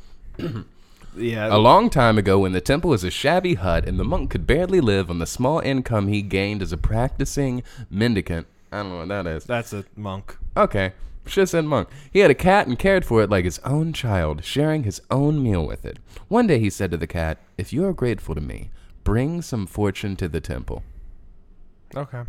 S1: A
S2: Yeah.
S1: long time ago, when the temple was a shabby hut and the monk could barely live on the small income he gained as a practicing mendicant. I don't know what that is.
S2: That's a monk.
S1: Okay. Shizen monk. He had a cat and cared for it like his own child, sharing his own meal with it. One day he said to the cat, If you are grateful to me, bring some fortune to the temple.
S2: Okay.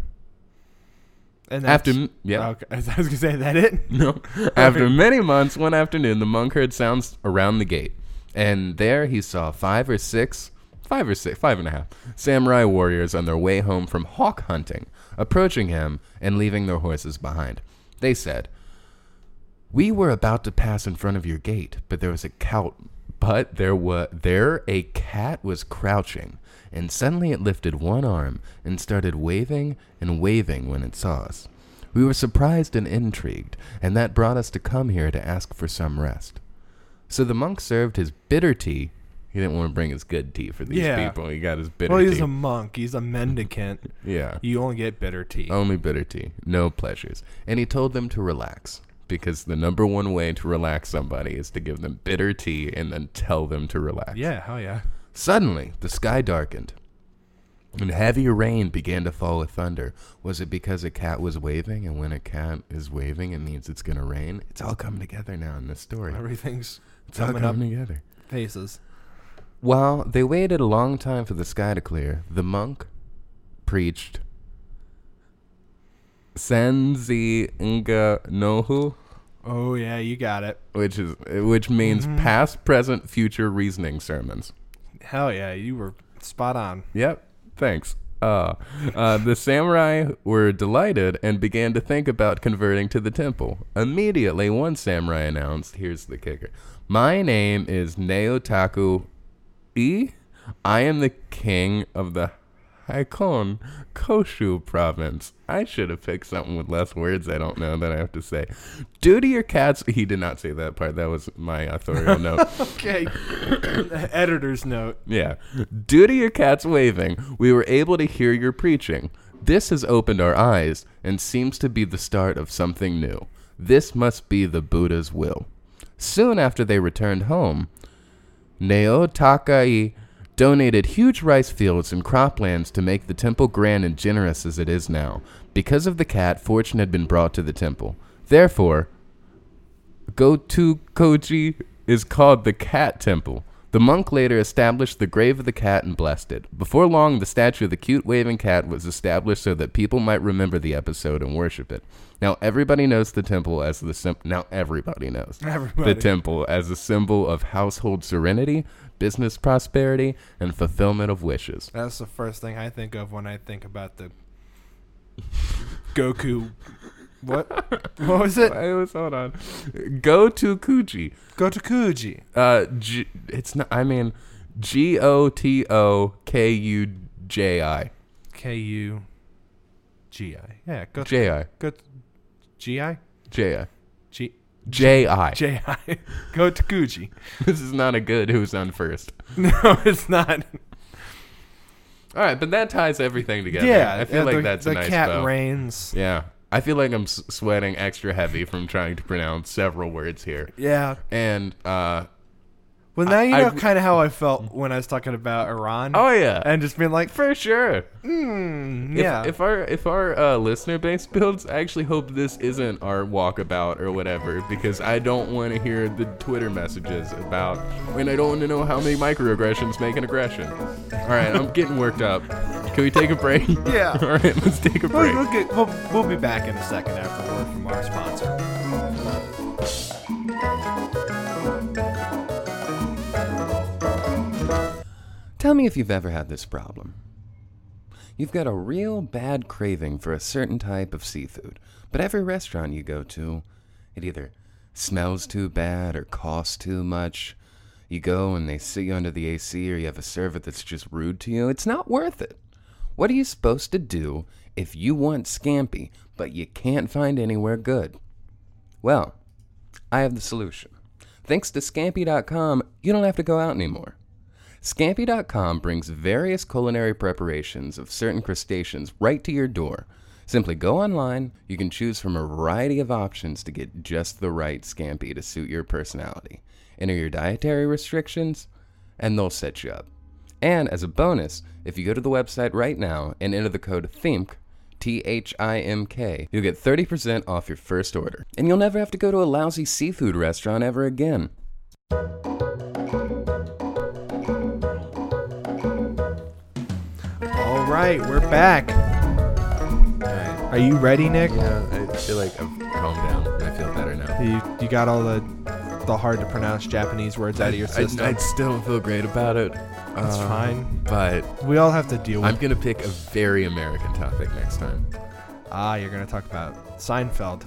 S2: And
S1: After, m- yeah.
S2: Okay. (laughs) I was gonna say that it.
S1: No. (laughs) After many months, one afternoon, the monk heard sounds around the gate, and there he saw five or six, five or six, five and a half samurai warriors on their way home from hawk hunting, approaching him and leaving their horses behind. They said, "We were about to pass in front of your gate, but there was a cow, but there were there a cat was crouching." And suddenly it lifted one arm and started waving and waving when it saw us. We were surprised and intrigued, and that brought us to come here to ask for some rest. So the monk served his bitter tea. He didn't want to bring his good tea for these
S2: Yeah.
S1: people. He got his bitter
S2: Well, he's
S1: tea.
S2: a monk. He's a mendicant.
S1: yeah.
S2: You only get bitter tea.
S1: Only bitter tea, no pleasures. And he told them to relax because the number one way to relax somebody is to give them bitter tea and then tell them to relax.
S2: Yeah. Hell yeah.
S1: Suddenly, the sky darkened, and heavy rain began to fall with thunder. Was it because a cat was waving? And when a cat is waving, it means it's going to rain? It's all coming together now in this story.
S2: Everything's
S1: It's all
S2: coming up
S1: coming together.
S2: faces.
S1: While they waited a long time for the sky to clear, the monk preached Senzi Nga Nohu,
S2: Oh yeah, you got it.
S1: which is which means past, present, future reasoning sermons.
S2: Hell yeah, you were spot on.
S1: Yep. Thanks. Uh, uh, the samurai were delighted and began to think about converting to the temple. Immediately, one samurai announced, "Here's the kicker. My name is Naotaku E. I am the king of the Haikon Koshu province. I should have picked something with less words. I don't know that I have to say. Due to your cats, he did not say that part. That was my authorial note.
S2: Okay. (coughs) Editor's note. (laughs)
S1: Yeah. Due to your cat's waving, we were able to hear your preaching. This has opened our eyes and seems to be the start of something new. This must be the Buddha's will. Soon after they returned home, Neo Takai donated huge rice fields and croplands to make the temple grand and generous as it is now. Because of the cat, fortune had been brought to the temple. Therefore, Go to Koji is called the Cat Temple. The monk later established the grave of the cat and blessed it. Before long, the statue of the cute waving cat was established so that people might remember the episode and worship it. Now everybody knows the temple as the sim- now everybody knows
S2: Everybody.
S1: the temple as a symbol of household serenity, business prosperity, and fulfillment of wishes.
S2: That's the first thing I think of when I think about the Goku.
S1: (laughs)
S2: What? What was it?
S1: I was hold on. Go to Kuji.
S2: Go to Kuji.
S1: Uh, G- it's not. I mean, G O T O K U J I
S2: K U G I. Yeah. Go to
S1: J I
S2: go to G I
S1: J I
S2: G
S1: J I.
S2: J I. (laughs) Go to Kuji.
S1: (laughs) This is not a good who's on first.
S2: (laughs) No, it's not.
S1: All right, but that ties everything together. I feel
S2: uh,
S1: like
S2: the,
S1: that's
S2: the
S1: a nice
S2: cat
S1: bow.
S2: reigns.
S1: Yeah, I feel like I'm s- sweating extra heavy from trying to pronounce several words here.
S2: Yeah.
S1: And uh,
S2: Well, now you
S1: I-
S2: know kind of how I felt when I was talking about Iran.
S1: oh yeah,
S2: and just being like,
S1: for sure.
S2: mm,
S1: If,
S2: yeah.
S1: if our if our uh, listener base builds, I actually hope this isn't our walkabout or whatever, because I don't want to hear the Twitter messages about, and I don't want to know how many microaggressions make an aggression. All right, I'm getting worked up. Can we take a break?
S2: Yeah.
S1: (laughs)
S2: Oh,
S1: All right, let's take a
S2: We'll,
S1: break.
S2: we'll, get, we'll, we'll be back in a second after a word from our sponsor.
S1: Tell me if you've ever had this problem. You've got a real bad craving for a certain type of seafood, but every restaurant you go to, it either smells too bad or costs too much. You go and they sit you under the AC or you have a server that's just rude to you. It's not worth it. What are you supposed to do if you want scampi but you can't find anywhere good? Well, I have the solution. Thanks to scampi.com, you don't have to go out anymore. Scampi.com brings various culinary preparations of certain crustaceans right to your door. Simply go online, you can choose from a variety of options to get just the right scampi to suit your personality. Enter your dietary restrictions, and they'll set you up. And as a bonus, if you go to the website right now and enter the code THIMK, T H I M K, you'll get 30% off your first order. And you'll never have to go to a lousy seafood restaurant ever again.
S2: All right, we're back. Are you ready, Nick?
S1: Yeah, I feel like I've calmed down. I feel better now.
S2: You, you got all the the hard to pronounce Japanese words out of your
S1: I,
S2: system.
S1: I still don't feel great about it. That's
S2: fine.
S1: But
S2: we all have to deal with.
S1: I'm going to pick a very American topic next time.
S2: ah, you're gonna talk about Seinfeld.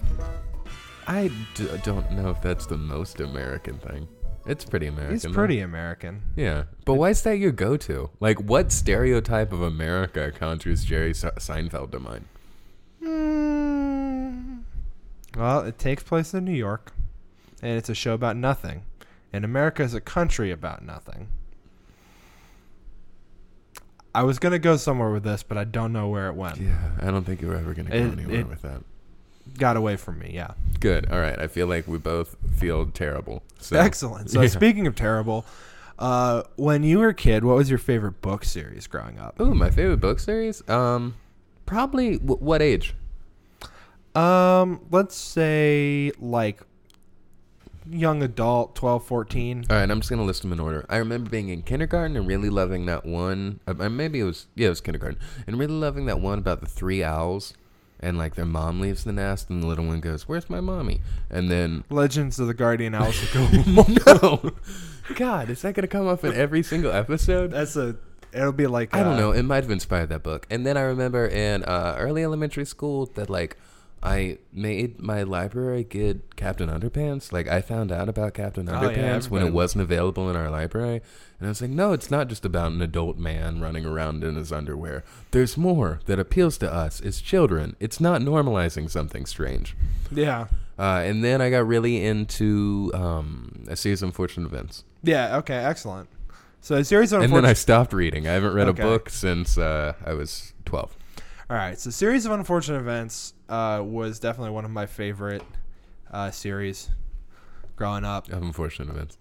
S1: I d- don't know if that's the most American thing. It's pretty American.
S2: He's
S1: though.
S2: pretty American.
S1: Yeah, but why is that your go-to? Like, what stereotype of America conjures Jerry Se- Seinfeld to mind?
S2: Well, it takes place in New York, and it's a show about nothing. And America is a country about nothing. I was gonna go somewhere with this, but I don't know where it went.
S1: Yeah, I don't think you were ever going to go
S2: It-
S1: anywhere
S2: it-
S1: with that.
S2: Got away from me, yeah.
S1: Good. All right. I feel like we both feel terrible. So
S2: Excellent. So
S1: Yeah.
S2: speaking of terrible, uh, when you were a kid, what was your favorite book series growing up?
S1: Ooh, my favorite book series. Um, probably w- what age?
S2: Um, let's say like young adult, 12, 14.
S1: All right, I'm just gonna list them in order. I remember being in kindergarten and really loving that one. Uh, uh, maybe it was yeah, it was kindergarten, and really loving that one about the three owls, and like their mom leaves the nest, and the little one goes, "Where's my mommy?" And then
S2: Legends of the Guardian Owls
S1: (laughs)
S2: of Gold. (laughs)
S1: no. God, is that going to come up in every single episode?
S2: That's a. It'll be like
S1: I don't
S2: uh,
S1: know. It might have inspired that book. And then I remember in uh, early elementary school that, like, I made my library get Captain Underpants. Like, I found out about Captain
S2: yeah,
S1: Underpants when
S2: everybody-
S1: it wasn't available in our library. And I was like, no, it's not just about an adult man running around in his underwear. There's more that appeals to us as children. It's not normalizing something strange.
S2: Yeah.
S1: Uh, and then I got really into um, A Series of Unfortunate Events.
S2: Yeah. Okay. Excellent. So a series of
S1: and then I
S2: unfortunate.
S1: stopped reading. I haven't read
S2: Okay.
S1: a book since uh, I was 12.
S2: All right. So series of unfortunate events uh, was definitely one of my favorite uh, series growing up.
S1: Of unfortunate events.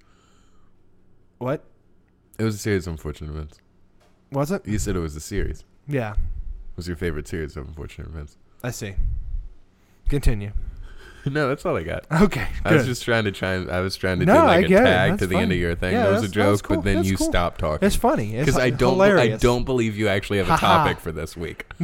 S2: What
S1: It was a series of unfortunate events.
S2: was it?
S1: You said it was a series. It
S2: Yeah.
S1: was your favorite series of unfortunate events? (laughs)
S2: I see. Continue.
S1: no, that's all I got.
S2: Okay.
S1: I was
S2: good.
S1: just trying to try. I was trying to
S2: No,
S1: do
S2: I
S1: like a
S2: get it.
S1: tag
S2: That's
S1: to the end
S2: funny.
S1: of your thing.
S2: Yeah,
S1: that was a
S2: that's- that was
S1: joke,
S2: cool.
S1: but then
S2: That's
S1: you
S2: cool.
S1: stopped talking.
S2: It's funny. It's
S1: Because I
S2: hi-
S1: don't, I
S2: Hilarious.
S1: don't believe you actually have a
S2: Ha ha.
S1: topic for this week.
S2: (laughs)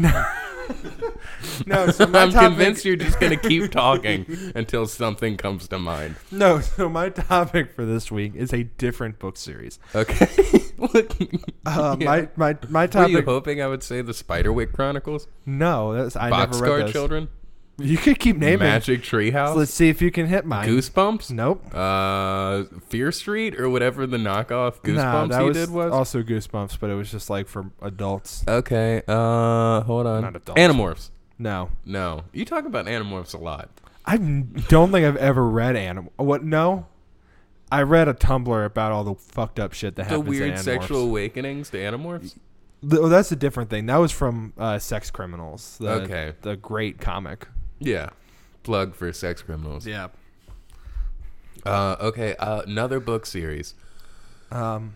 S2: No, so
S1: (laughs)
S2: my
S1: I'm
S2: topic-
S1: convinced you're just going to
S2: (laughs)
S1: keep talking until something comes to mind. (laughs)
S2: No, so my topic for this week is a different book series.
S1: Okay. (laughs) Look,
S2: Uh,
S1: (laughs) Yeah.
S2: My my my
S1: were you
S2: topic.
S1: hoping I would say the Spiderwick Chronicles?
S2: No, that's, I never read
S1: Boxcar
S2: those.
S1: Children?
S2: You could keep naming.
S1: Magic
S2: So
S1: Treehouse?
S2: let's see if you can hit mine.
S1: Goosebumps?
S2: Nope.
S1: Uh, Fear Street or whatever the knockoff
S2: Nah,
S1: Goosebumps
S2: that
S1: he
S2: was
S1: did was?
S2: also Goosebumps, but it was just like for adults.
S1: okay, uh, hold on.
S2: Not adults.
S1: Animorphs.
S2: No,
S1: No. You talk about Animorphs a lot.
S2: I don't think I've ever read animal. What? No, I read a Tumblr about all the fucked up shit that
S1: The
S2: happens. in
S1: weird
S2: Animorphs.
S1: sexual awakenings to Animorphs?
S2: Th- oh, that's a different thing. That was from uh, Sex Criminals. The,
S1: Okay.
S2: The great comic.
S1: Yeah. Plug for sex criminals.
S2: Yeah.
S1: Uh, okay, uh, another book series.
S2: Um.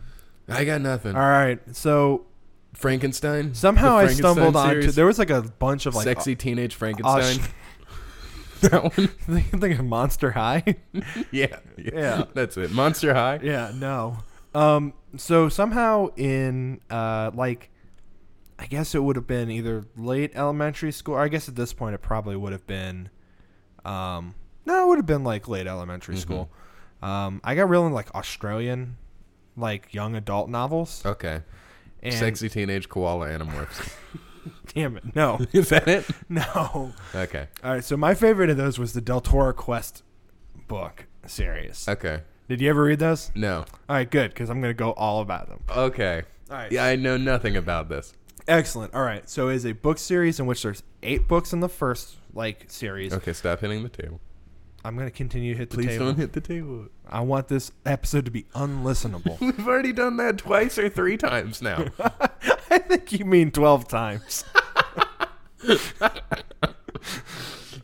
S1: I got nothing.
S2: All right. So
S1: Frankenstein?
S2: somehow
S1: The
S2: I stumbled
S1: Frankenstein
S2: onto
S1: series?
S2: there was like a bunch of like
S1: Sexy Teenage
S2: uh,
S1: Frankenstein.
S2: (laughs)
S1: (laughs) that one?
S2: think think of
S1: (laughs)
S2: Monster High.
S1: yeah,
S2: (laughs) Yeah.
S1: That's it. Monster High.
S2: Yeah, no. Um, so somehow in uh, like, I guess it would have been either late elementary school. Or I guess at this point it probably would have been, um, no, it would have been like late
S1: Mm-hmm.
S2: elementary school. Um, I got real into like Australian, like young adult novels.
S1: Okay.
S2: And,
S1: Sexy teenage koala animorphs.
S2: Damn it, no,
S1: (laughs)
S2: (laughs)
S1: Is that it?
S2: no.
S1: Okay.
S2: All right, so my favorite of those was the Del Toro Quest book series.
S1: Okay.
S2: Did you ever read those?
S1: No.
S2: All right, good, because I'm gonna go all about them.
S1: Okay.
S2: All right.
S1: Yeah, I know nothing about this.
S2: Excellent. All right. So it is a book series in which there's eight books in the first like series.
S1: Okay, stop hitting the table.
S2: I'm gonna continue to hit the
S1: Please
S2: table.
S1: don't hit the table.
S2: I want this episode to be
S1: (laughs)
S2: unlistenable.
S1: We've already done that twice or three times (laughs) now.
S2: I think you mean twelve times.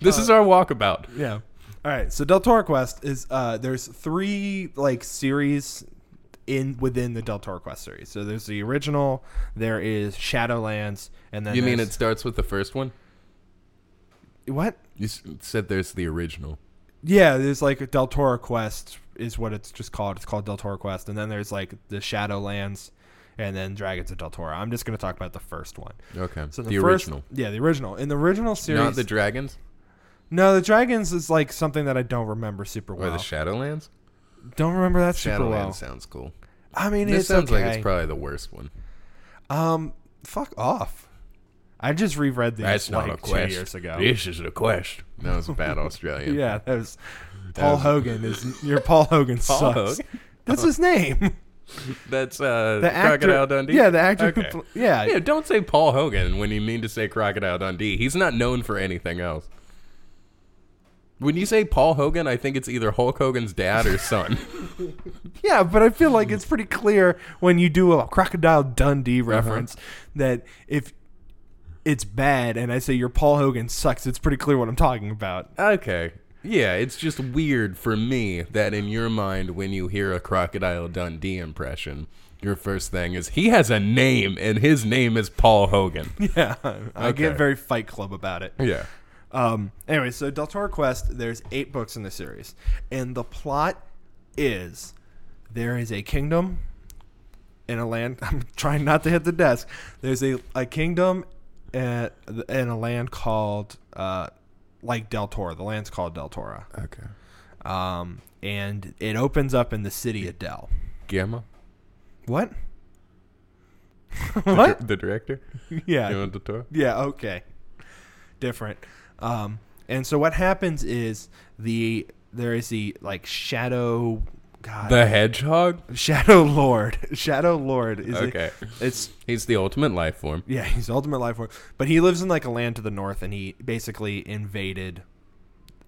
S1: this is our walkabout.
S2: yeah. All right. So Del Toro Quest is uh, there's three like series in within the Del Toro Quest series. So there's the original, there is Shadowlands, and then
S1: You mean it
S2: there's-
S1: starts with the first one?
S2: what?
S1: You s- said there's the original.
S2: Yeah, there's like Del Toro Quest is what it's just called. It's called Del Toro Quest, and then there's like the Shadowlands, and then Dragons of Del Toro. I'm just gonna talk about the first one.
S1: Okay.
S2: So the,
S1: the
S2: first-
S1: original.
S2: yeah, the original. In the original series,
S1: Not the dragons
S2: no, the dragons is like something that I don't remember super
S1: or
S2: well.
S1: the Shadowlands.
S2: don't remember that super
S1: Shadowlands
S2: well.
S1: sounds cool.
S2: I mean,
S1: This
S2: it's
S1: sounds
S2: okay.
S1: like it's probably the worst one.
S2: um, fuck off. I just reread these like two years ago.
S1: is a quest. That was a bad Australian.
S2: (laughs) Yeah, that was
S1: (laughs) That
S2: Paul
S1: was-
S2: Hogan is your
S1: (laughs)
S2: Paul Hogan sucks.
S1: Hogan?
S2: That's his name.
S1: That's uh,
S2: The actor,
S1: Crocodile Dundee.
S2: Yeah, the actor. who
S1: Okay.
S2: pl- yeah,
S1: Yeah, don't say Paul Hogan when you mean to say Crocodile Dundee. He's not known for anything else. When you say Paul Hogan, I think it's either Hulk Hogan's dad or
S2: (laughs)
S1: son.
S2: yeah, but I feel like it's pretty clear when you do a Crocodile Dundee
S1: Uh-huh.
S2: reference that if it's bad and I say your Paul Hogan sucks, it's pretty clear what I'm talking about. (laughs)
S1: okay. Yeah, it's just weird for me that in your mind, when you hear a Crocodile Dundee impression, your first thing is he has a name, and his name is Paul Hogan.
S2: (laughs) Yeah, I
S1: Okay.
S2: get very Fight Club about it.
S1: yeah.
S2: Um, anyway, so Del Toro Quest, there's eight books in the series, and the plot is there is a kingdom in a land. (laughs) I'm trying not to hit the desk. There's a a kingdom at, in a land called uh, like Del Toro. The land's called Del Toro,
S1: Okay.
S2: um, and it opens up in the city of Del.
S1: Gamma?
S2: What? (laughs)
S1: The
S2: what?
S1: dir- the director?
S2: yeah.
S1: Guillermo del Toro?
S2: Yeah, okay. Different. Um, and so what happens is the there is the like shadow god
S1: The Hedgehog?
S2: (laughs) shadow lord. (laughs) Shadow lord is a-
S1: Okay.
S2: it's
S1: He's the ultimate life form.
S2: yeah, he's the ultimate life form. But he lives in like a land to the north and he basically invaded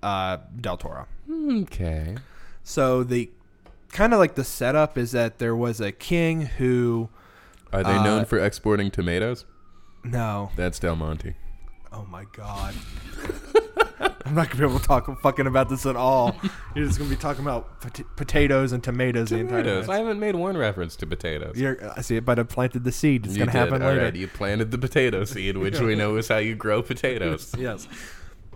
S2: uh Del Toro.
S1: Okay.
S2: So the kind of like the setup is that there was a king who
S1: Are they
S2: Uh,
S1: known for exporting tomatoes?
S2: no.
S1: That's Del Monte.
S2: Oh my god. I'm not gonna be able to talk fucking about this at all. You're just gonna be talking about pot- potatoes and tomatoes, the entire
S1: Tomatoes. I
S2: time.
S1: haven't made one reference to potatoes.
S2: You're, I see it, but I planted the seed. It's
S1: You
S2: gonna
S1: did.
S2: happen
S1: All
S2: later.
S1: right, You planted the potato seed, which we know is how you grow
S2: (laughs)
S1: potatoes.
S2: yes.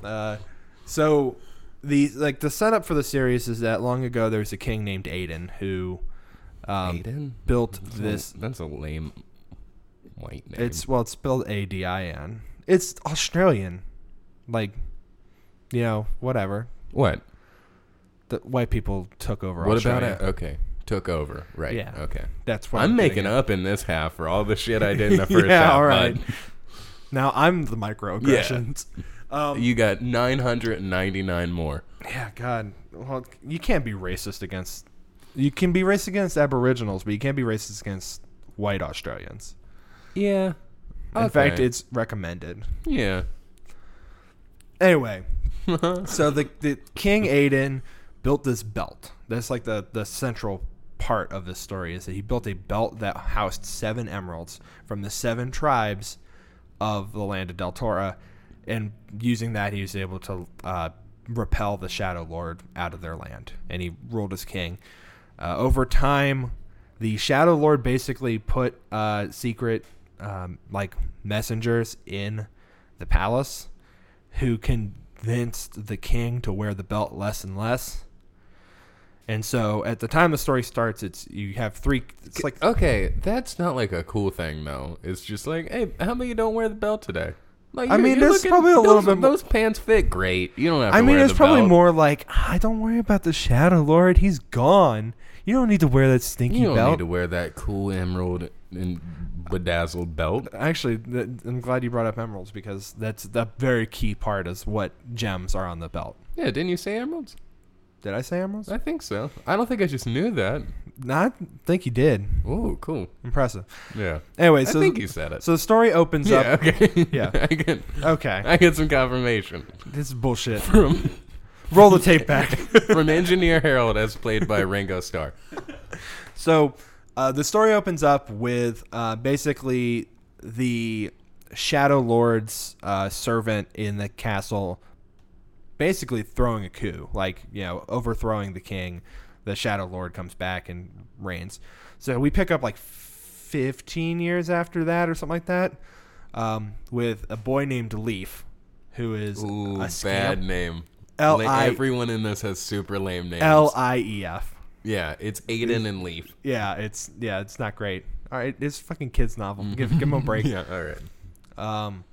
S2: Uh, so the like the setup for the series is that long ago there was a king named Aiden who um,
S1: Aiden?
S2: built
S1: That's a-
S2: this.
S1: That's a lame white name.
S2: It's well, it's spelled A D I N. It's Australian, like you know, whatever.
S1: what?
S2: The white people took over.
S1: What about
S2: Australia.
S1: it? Okay. Took over. Right.
S2: Yeah.
S1: Okay.
S2: That's what
S1: I'm,
S2: getting
S1: making
S2: at.
S1: up in this half for all the shit I did
S2: (laughs)
S1: in the first
S2: yeah,
S1: half.
S2: all right.
S1: bud.
S2: Now I'm the microaggressions. (laughs) Um,
S1: You got 999 more.
S2: yeah, God. Well, you can't be racist against. You can be racist against Aboriginals, but you can't be racist against white Australians.
S1: Yeah.
S2: In fact, it's recommended.
S1: yeah.
S2: Anyway, so the, the King Aiden built this belt. That's like the, the central part of this story is that he built a belt that housed seven emeralds from the seven tribes of the land of Del Torah, and using that he was able to uh, repel the Shadow Lord out of their land, and he ruled as king. Uh, over time, the Shadow Lord basically put uh, secret um, like messengers in the palace who convinced the king to wear the belt less and less. And so at the time the story starts, it's you have three. It's like oh,
S1: Okay, that's not like a cool thing though. It's just like, hey, how about you don't wear the belt today? Like,
S2: I
S1: you're-
S2: mean,
S1: you're
S2: there's probably a little
S1: those-
S2: bit mo-
S1: Those pants fit great. You don't have. To
S2: I mean,
S1: wear
S2: it's
S1: the
S2: probably
S1: belt.
S2: more like I don't worry about the Shadow Lord. He's gone. You don't need to wear that stinky
S1: You don't
S2: belt.
S1: need to wear that cool emerald and bedazzled belt.
S2: Actually, th- I'm glad you brought up emeralds because that's the very key part is what gems are on the belt.
S1: Yeah, didn't you say emeralds?
S2: Did I say emeralds?
S1: I think so. I don't think I just knew that.
S2: No, I think you did.
S1: Oh, cool.
S2: Impressive.
S1: Yeah,
S2: Anyway,
S1: I
S2: so
S1: think you said it.
S2: so the story opens
S1: yeah,
S2: up.
S1: okay.
S2: (laughs) Yeah.
S1: (laughs) I get,
S2: (laughs) Okay,
S1: I get some confirmation
S2: this is bullshit.
S1: from (laughs)
S2: Roll the tape (laughs) back.
S1: from engineer Harold as played by Ringo Starr.
S2: So uh, the story opens up with uh, basically the Shadow Lord's uh, servant in the castle basically throwing a coup, like, you know, overthrowing the king. The Shadow Lord comes back and reigns. So we pick up like 15 years after that or something like that um, with a boy named Leaf, who is
S1: Ooh,
S2: a
S1: bad
S2: scamp.
S1: name.
S2: L
S1: Like,
S2: I
S1: everyone in this has super lame names.
S2: L I E F.
S1: yeah, it's Aiden and Leaf.
S2: Yeah, it's yeah, it's not great. All right, it's a fucking kids novel. Give, give him a break.
S1: Yeah, all right.
S2: Um,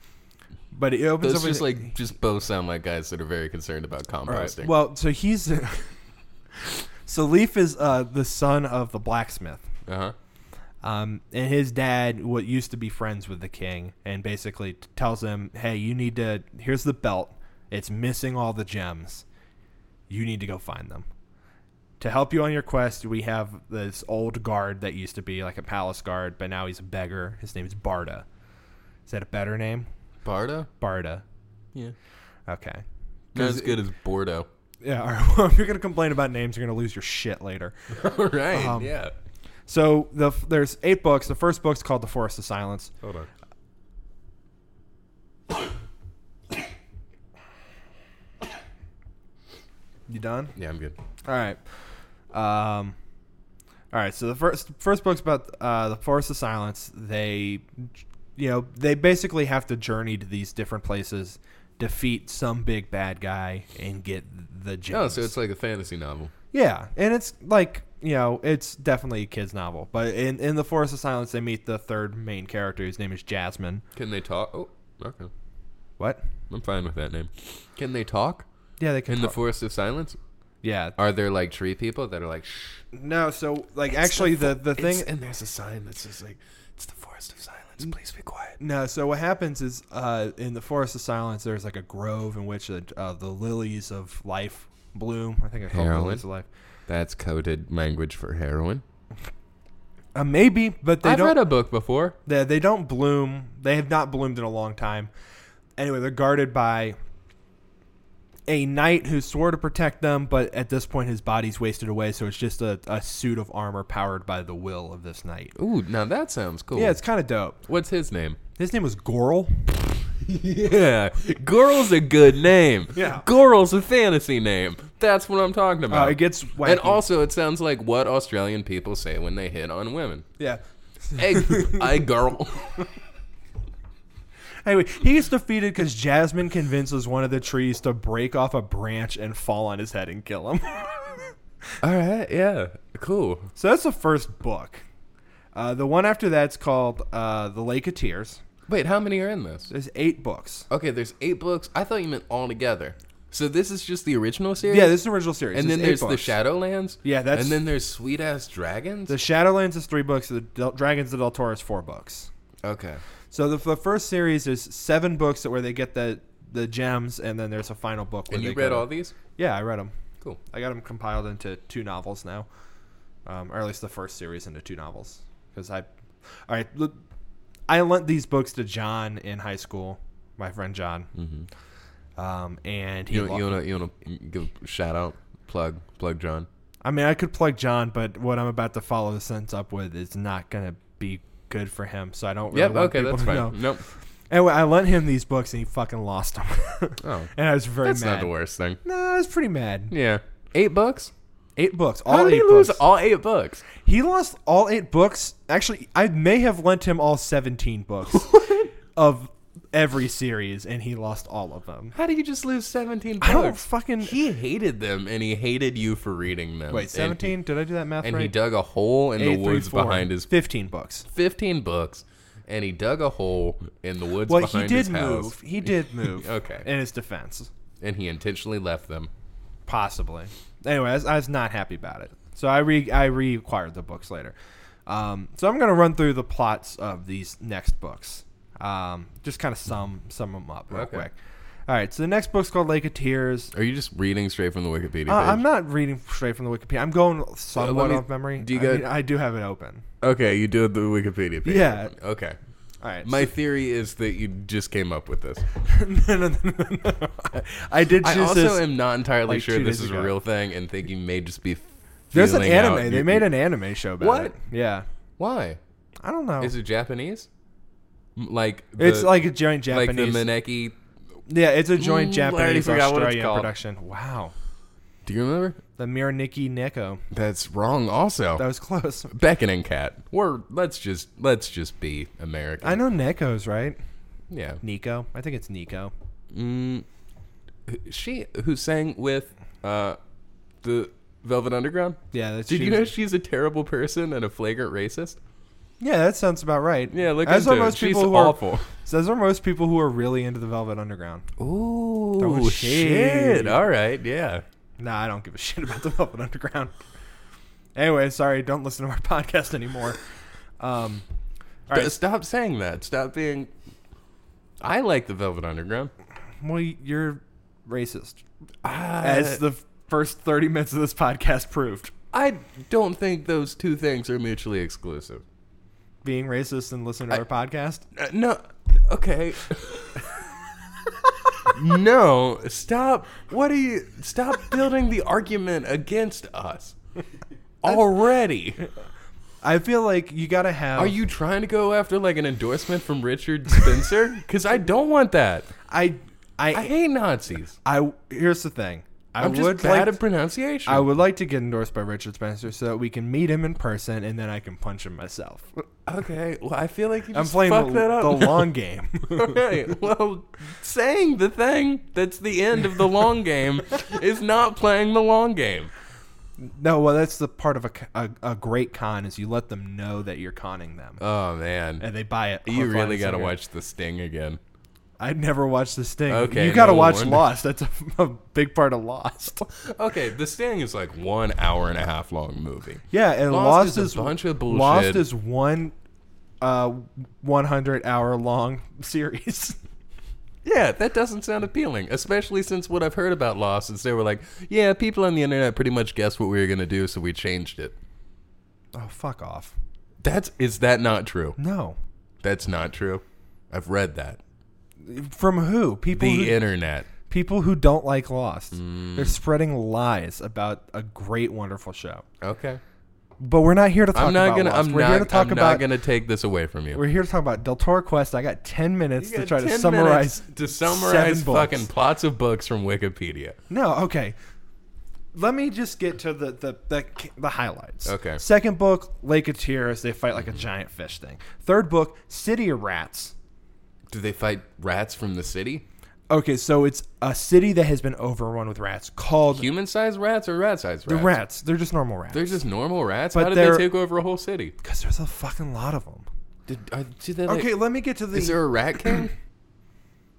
S2: but it opens
S1: Those
S2: up
S1: just
S2: with-
S1: like just both sound like guys that are very concerned about
S2: All right,
S1: composting.
S2: Well, so he's (laughs) so Leaf is uh, the son of the blacksmith.
S1: uh-huh.
S2: Um, and his dad, what used to be friends with the king, and basically t- tells him, "Hey, you need to. Here's the belt. It's missing all the gems. You need to go find them. To help you on your quest, we have this old guard that used to be like a palace guard, but now he's a beggar. His name is Barda. Is that a better name?
S1: Bardo?
S2: Barda.
S1: Yeah.
S2: Okay.
S1: Not as good as Bordeaux.
S2: Yeah. (laughs) All right. Well, if you're gonna complain about names, you're gonna lose your shit later.
S1: (laughs) all right.
S2: Um,
S1: yeah.
S2: So the f- there's eight books. The first book's called The Forest of Silence.
S1: Hold on.
S2: You done?
S1: Yeah, I'm good.
S2: All right. Um, all right. So the first first book's about uh, the Forest of Silence. They, you know, they basically have to journey to these different places, defeat some big bad guy, and get the gems.
S1: Oh, so it's like a fantasy novel.
S2: yeah, and it's like you know, it's definitely a kids novel. But in in the Forest of Silence, they meet the third main character. His name is Jasmine.
S1: Can they talk? Oh, okay.
S2: What?
S1: I'm fine with that name. Can they talk?
S2: Yeah, they
S1: In
S2: can.
S1: the
S2: talk-
S1: Forest of Silence?
S2: yeah,
S1: Are there like tree people that are like, shh?
S2: no. So like, actually, the the thing Mm.
S1: and there's a sign that says like, it's the Forest of Silence. Please be quiet.
S2: No, so what happens is uh, in the Forest of Silence, there's like a grove in which the, uh, the lilies of life bloom. I think I call them
S1: Heroin?
S2: lilies of life.
S1: That's coded language for heroin.
S2: Uh, maybe, but they
S1: I've
S2: don't.
S1: read a book before.
S2: they, they don't bloom. They have not bloomed in a long time. Anyway, they're guarded by a knight who swore to protect them, but at this point his body's wasted away, so it's just a, a suit of armor powered by the will of this knight.
S1: Ooh, now that sounds cool.
S2: Yeah, it's kind of dope.
S1: What's his
S2: (laughs)
S1: name?
S2: His name was Goral.
S1: (laughs) Yeah, Gorl's a good name.
S2: Yeah.
S1: Gorl's a fantasy name. That's what I'm talking
S2: Uh,
S1: about.
S2: it gets wacky.
S1: and also, it sounds like what Australian people say when they hit on
S2: (laughs)
S1: women.
S2: yeah.
S1: Hey, I
S2: (laughs)
S1: girl.
S2: Anyway, he's defeated because Jasmine convinces one of the trees to break off a branch and fall on his head and kill him. (laughs)
S1: All right, yeah, cool.
S2: so that's the first book. Uh, the one after that's called uh, The Lake of Tears.
S1: Wait, how many are in this?
S2: There's eight books.
S1: Okay, there's eight books. I thought you meant all together. So this is just the original series.
S2: Yeah, this is the original series.
S1: and then
S2: eight
S1: there's the
S2: books.
S1: Shadowlands.
S2: Yeah, that's-
S1: and then there's sweet ass dragons.
S2: The Shadowlands is three books. The Del- Dragons of Del Toro is four books.
S1: okay,
S2: So the, the first series is seven books that where they get the the gems, and then there's a final book. Where
S1: and you
S2: they
S1: read
S2: go-
S1: all these?
S2: Yeah, I read them.
S1: Cool.
S2: I got them compiled into two novels now, um, or at least the first series into two novels. Because I, all right, look, I lent these books to John in high school, my friend John, mm-hmm. um, and he.
S1: You
S2: lo-
S1: you wanna you wanna give a shout out plug plug John.
S2: I mean, I could plug John, but what I'm about to follow the sentence up with is not gonna be good for him. So I don't. Really
S1: Yep.
S2: want
S1: Okay,
S2: people
S1: that's
S2: to
S1: fine.
S2: know.
S1: Nope.
S2: Anyway, I lent him these books, and he fucking lost them.
S1: Oh,
S2: (laughs) and I was very
S1: that's
S2: mad.
S1: not the worst thing.
S2: No, I was pretty mad.
S1: Yeah. Eight books?
S2: Eight books, all
S1: How did
S2: eight
S1: he lose
S2: books.
S1: all eight books?
S2: He lost all eight books. Actually, I may have lent him all 17 books of every series, and he lost all of them.
S1: How do you just lose 17 books?
S2: I don't fucking.
S1: He hated them and he hated you for reading them.
S2: Wait, 17? did I do that
S1: And,
S2: math
S1: and
S2: right?
S1: he dug a hole in
S2: Eight,
S1: the
S2: three,
S1: woods
S2: four.
S1: behind his
S2: 15 books.
S1: 15 books and he dug a hole in the woods
S2: Well, he
S1: behind
S2: did
S1: his house
S2: move.
S1: (laughs)
S2: He did move.
S1: Okay.
S2: In his defense.
S1: and he intentionally left them.
S2: Possibly. Anyway, I was, I was not happy about it. So I re I reacquired the books later. Um, so I'm going to run through the plots of these next books. Um, just kind of sum sum them up real
S1: Okay.
S2: quick. All right. So the next book's called Lake of Tears.
S1: Are you just reading straight from the Wikipedia page?
S2: Uh, I'm not reading straight from the Wikipedia. I'm going somewhat
S1: me-
S2: off memory.
S1: do you
S2: I,
S1: got-
S2: mean, I do have it open.
S1: okay, you did the Wikipedia page.
S2: Yeah.
S1: Okay.
S2: All right.
S1: My theory is that you just came up with this.
S2: (laughs) no, no, no, no, no. I did choose
S1: I also
S2: this.
S1: am not entirely
S2: like,
S1: sure
S2: two
S1: this
S2: days
S1: is
S2: ago.
S1: a real thing and think you may just be.
S2: There's an
S1: feeling out
S2: anime. they
S1: your-
S2: made an anime show about
S1: What?
S2: it. Yeah.
S1: Why?
S2: I don't know.
S1: Is it Japanese? M- Like the,
S2: it's like a joint
S1: like
S2: Japanese.
S1: the Maneki.
S2: yeah, it's a joint
S1: Mm, I already
S2: Japanese
S1: forgot what it's
S2: Australian
S1: called.
S2: production. Wow.
S1: Do you remember?
S2: The Miraniki Neko.
S1: That's wrong. Also,
S2: That was (laughs) close.
S1: beckoning cat. Or let's just let's just be American.
S2: I know Neko's right.
S1: Yeah.
S2: Nico. I think it's Nico.
S1: Mm, she who sang with uh, the Velvet Underground.
S2: Yeah, that's
S1: Did you
S2: she's-
S1: know she's a terrible person and a flagrant racist?
S2: Yeah, that sounds about right.
S1: Yeah, look
S2: As
S1: into
S2: are
S1: it.
S2: most
S1: She's
S2: people who are-
S1: awful.
S2: So those are most people who are really into the Velvet Underground.
S1: Ooh,
S2: Throwing
S1: Oh, shit.
S2: shade.
S1: All right, yeah.
S2: Nah, I don't give a (laughs) shit about the Velvet Underground. Anyway, sorry, don't listen to our (laughs) podcast anymore. Um, all
S1: D-
S2: right.
S1: Stop saying that. Stop being. I like the Velvet Underground.
S2: Well, you're racist,
S1: I,
S2: as the first 30 minutes of this podcast proved.
S1: I don't think those two things are mutually exclusive.
S2: Being racist and listening to
S1: I-
S2: our podcast.
S1: Uh, no. Okay. (laughs) no, stop. What are you stop building the argument against (laughs) us already?
S2: I feel like you gotta have.
S1: Are you trying to go after like an endorsement from Richard Spencer? Cuz I don't want that.
S2: I,
S1: I
S2: I,
S1: hate Nazis.
S2: I, Here's the thing. I
S1: I'm
S2: would
S1: just bad
S2: like.
S1: at pronunciation.
S2: I would like to get endorsed by Richard Spencer so that we can meet him in person and then I can punch him myself.
S1: okay, well I feel like you
S2: I'm
S1: just
S2: playing
S1: fucked
S2: the,
S1: that up.
S2: the
S1: now. (laughs)
S2: long game. (laughs)
S1: Okay, well, saying the thing that's the end of the long game is not playing the long game.
S2: no, well, that's the part of a, c- a- a great con is you let them know that you're conning them
S1: Oh man.
S2: and they buy it.
S1: You
S2: hook, line,
S1: really
S2: and
S1: got to
S2: sinker.
S1: watch The Sting again.
S2: I'd never watched The Sting.
S1: Okay,
S2: you got to
S1: no
S2: watch
S1: wonder.
S2: Lost. That's a, (laughs) a big part of
S1: (laughs)
S2: Lost.
S1: Okay, The Sting is like one hour and a half long movie.
S2: Yeah, and
S1: Lost
S2: Lost,
S1: is a bunch of bullshit.
S2: Lost is one, uh, one hundred hour long (laughs) series.
S1: Yeah, that doesn't sound appealing, especially since what I've heard about Lost is they were like, yeah, people on the internet pretty much guessed what we were gonna do, so we changed it.
S2: oh, fuck off!
S1: That's is that not true?
S2: No,
S1: That's not true. I've read that.
S2: from who? People
S1: The Mm.
S2: who,
S1: internet.
S2: people who don't like Lost. They're spreading lies about a great, wonderful show.
S1: Okay.
S2: But we're not here to talk
S1: I'm not
S2: about
S1: gonna.
S2: Lost.
S1: I'm
S2: we're
S1: not.
S2: here to talk
S1: I'm
S2: about.
S1: not gonna take this away from you.
S2: We're here to talk about Del Toro Quest. I got ten minutes
S1: You
S2: to
S1: got
S2: try to
S1: 10
S2: summarize.
S1: minutes to summarize
S2: seven books.
S1: fucking plots of books from Wikipedia.
S2: No, okay. Let me just get to the the the, the highlights.
S1: Okay.
S2: Second book, Lake of Tears. They fight like a giant fish thing. Third book, City of Rats.
S1: Do they fight rats from the city?
S2: Okay, so it's a city that has been overrun with rats called
S1: Human-sized rats or rat-sized rats?
S2: the rats. They're just normal rats.
S1: They're just normal rats.
S2: But
S1: How did
S2: they're-
S1: they take over a whole city?
S2: because there's a fucking lot of them.
S1: Did, are, did they, like-
S2: Okay, let me get to the.
S1: is there a (clears throat) rat king?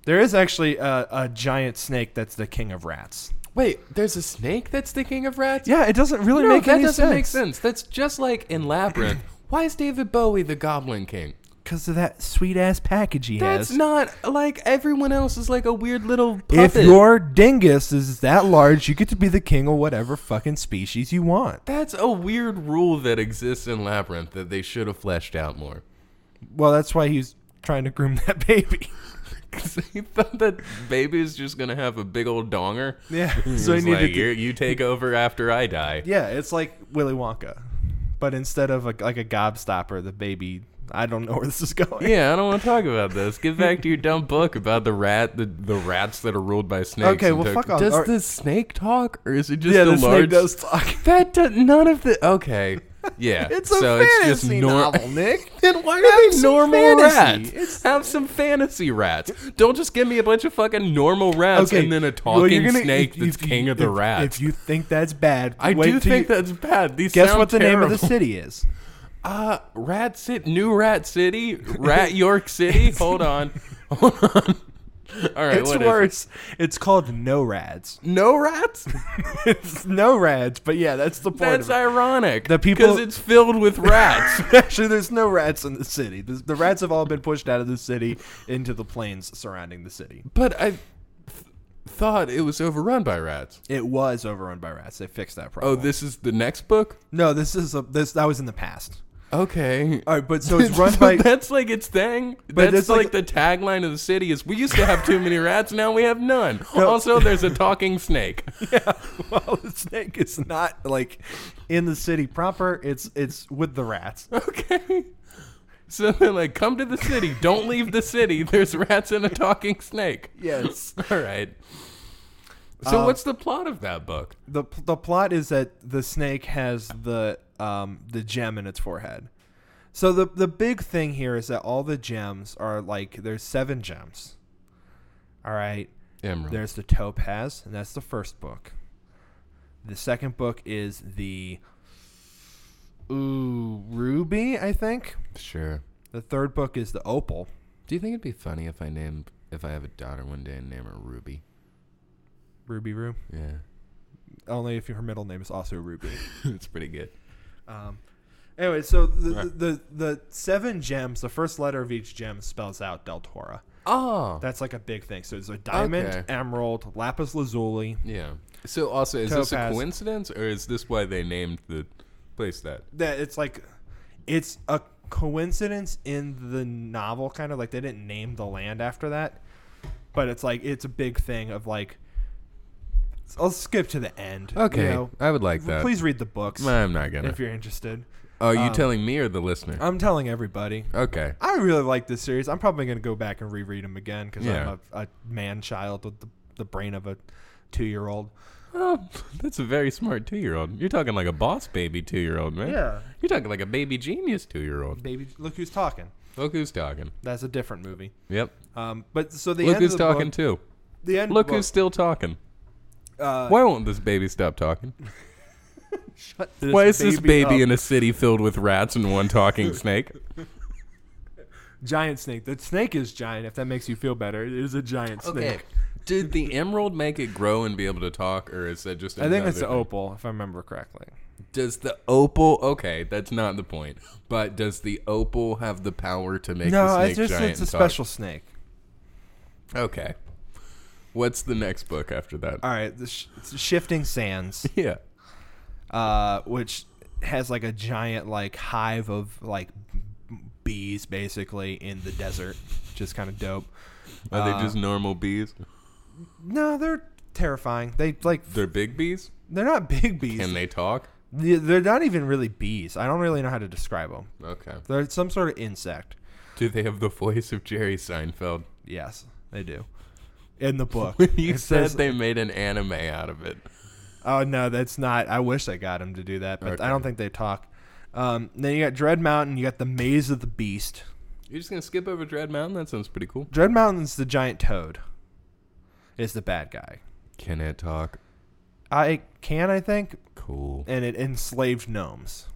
S2: there is actually a, a giant snake that's the king of rats.
S1: Wait, there's a snake that's the king of rats.
S2: Yeah, it doesn't really
S1: no,
S2: make
S1: that
S2: any
S1: doesn't make sense. That's just like in
S2: (clears throat)
S1: Labyrinth. Why is David Bowie the Goblin King?
S2: because of that sweet ass package he
S1: That's
S2: has.
S1: not like everyone else is like a weird little
S2: If
S1: puppet.
S2: your dingus is that large, you get to be the king of whatever fucking species you want.
S1: that's a weird rule that exists in Labyrinth that they should have fleshed out more. (laughs)
S2: Well, that's why he's trying to groom (laughs) that baby.
S1: Because he thought that baby is just gonna have a big old donger.
S2: (laughs) Yeah.
S1: He's
S2: so he needed
S1: like,
S2: to,
S1: "You're- you take over after I die.
S2: Yeah, it's like Willy Wonka. But instead of a, like a gobstopper, the baby I don't know where this is going.
S1: Yeah, I don't want to talk about this. Get back to your dumb book about the rat, the, the rats that are ruled by snakes.
S2: Okay,
S1: and
S2: well,
S1: took-
S2: fuck off.
S1: Does
S2: All right.
S1: the snake talk, or is it just
S2: (laughs) Yeah,
S1: a
S2: the
S1: large?
S2: snake does talk.
S1: (laughs) That does, none of the.
S2: (laughs)
S1: Okay, yeah.
S2: It's a
S1: so
S2: fantasy
S1: it's just nor-
S2: novel, Nick.
S1: (laughs) Then why are they
S2: some
S1: normal
S2: fantasy.
S1: rats?
S2: It's-
S1: Have some fantasy rats. Don't just give me a bunch of fucking normal rats and then a
S2: well, you're
S1: talking
S2: gonna-
S1: snake
S2: if-
S1: that's
S2: if you-
S1: king of the
S2: if-
S1: rats.
S2: If you think that's bad,
S1: I
S2: wait
S1: do
S2: till
S1: think
S2: you,
S1: that's bad. These
S2: Guess
S1: sound
S2: what the name of the
S1: terrible.
S2: city is?
S1: Uh, Rat City, New Rat City,
S2: (laughs)
S1: Rat York City. Hold on, hold on. All right,
S2: it's
S1: what is it?
S2: worse. It's called No Rads. (laughs)
S1: No rats.
S2: it's No Rads, but yeah, that's the point.
S1: That's
S2: of it.
S1: ironic.
S2: The people-
S1: because it's filled
S2: (laughs)
S1: with rats.
S2: Actually, there's no rats in the city. The, the rats have all been pushed out of the city into the plains surrounding the city.
S1: but I th- thought it was overrun by rats.
S2: It was overrun by rats. They fixed that
S1: Oh,
S2: problem.
S1: this is the next book.
S2: no, this is a this that was in the past.
S1: Okay.
S2: All right, (laughs) but so
S1: (laughs)
S2: it's run by
S1: that's like its thing.
S2: But
S1: that's
S2: it's
S1: like,
S2: like-
S1: the tagline of the city is we used to have too many rats, now we have none.
S2: (laughs) No.
S1: Also, there's a talking
S2: (laughs)
S1: snake. (laughs)
S2: yeah. Well, the snake is not like in the city proper. It's it's with the rats.
S1: Okay. So they're like, come to the city. Don't
S2: (laughs)
S1: (laughs) leave the city. There's rats and a talking snake.
S2: Yes.
S1: All right. So
S2: Um,
S1: what's the plot of that book?
S2: the the plot is that the snake has the um the gem in its forehead. So the the big thing here is that all the gems are like there's seven gems. All right.
S1: Emerald.
S2: There's the topaz, and that's the first book. The second book is the ooh ruby, I think.
S1: Sure.
S2: The third book is the opal.
S1: Do you think it'd be funny if I named if I have a daughter one day and name her
S2: (laughs)
S1: Ruby?
S2: Ruby Roo.
S1: Yeah,
S2: Only if her middle name is also Ruby.
S1: it's pretty good.
S2: Um, anyway, so the,
S1: Right.
S2: the the seven gems, the first letter of each gem spells out Del Tora.
S1: Oh,
S2: That's like a big thing. So it's a diamond,
S1: Okay.
S2: emerald, lapis lazuli.
S1: yeah. So also, is this a
S2: Topaz.
S1: coincidence, or is this why they named the place that?
S2: That it's like it's a coincidence in the novel, kind of like they didn't name the land after that, but it's like it's a big thing of like. I'll skip to the end. you
S1: Okay,
S2: know.
S1: I would like that.
S2: please read the books
S1: I'm not gonna.
S2: if you're um, interested.
S1: Are you telling me or the listener?
S2: I'm telling everybody.
S1: okay.
S2: I really like this series. I'm probably going to go back and reread them again because
S1: Yeah.
S2: I'm a, a man child with the, the brain of a two year old.
S1: Oh, (laughs) that's a very smart two-year-old. You're talking like a boss baby two-year-old, man.
S2: Yeah.
S1: You're talking like a baby genius two-year-old.
S2: Baby, look who's talking.
S1: Look who's talking.
S2: That's a different movie.
S1: Yep.
S2: Um, but so the
S1: Look
S2: end
S1: who's
S2: of the
S1: talking
S2: book,
S1: too.
S2: the end.
S1: Look
S2: book,
S1: who's still talking.
S2: uh,
S1: Why won't this baby stop talking?
S2: shut this
S1: Why is this baby
S2: up.
S1: in a city filled with rats and one talking snake?
S2: giant snake? The snake is giant. If that makes you feel better, it is
S1: (laughs)
S2: a giant snake.
S1: Did the emerald make it grow and be able to talk, or is that just?
S2: I think it's the
S1: another thing?
S2: opal, if I remember correctly.
S1: Does the opal? Okay, that's not the point. But does the opal have the power to make
S2: no,
S1: the snake
S2: it's just
S1: giant?
S2: it's a
S1: and talk?
S2: special snake.
S1: Okay. What's the next book after that?
S2: All right, the sh- it's shifting sands.
S1: (laughs) yeah.
S2: uh, which has like a giant like hive of like b- bees basically in the desert, which is kind of dope.
S1: Are they
S2: uh,
S1: just normal bees?
S2: No, they're terrifying. They like
S1: They're big bees.
S2: they're not (laughs) big bees.
S1: Can they talk?
S2: They- they're not even really bees. I don't really know how to describe them.
S1: Okay.
S2: They're some sort of insect.
S1: Do they have the voice of Jerry Seinfeld? (laughs)
S2: Yes, they do. In the book,
S1: You
S2: It
S1: said
S2: says-
S1: they made an anime out of it.
S2: Oh no, that's not. I wish I got him to do that, but
S1: Okay.
S2: I don't think they talk. Um, then you got Dread Mountain. You got the Maze of the Beast.
S1: You're just gonna skip over Dread Mountain? That sounds pretty cool.
S2: Dread Mountain's the giant toad. Is the bad guy.
S1: Can it talk?
S2: I can, I think,
S1: Cool.
S2: and it enslaved gnomes,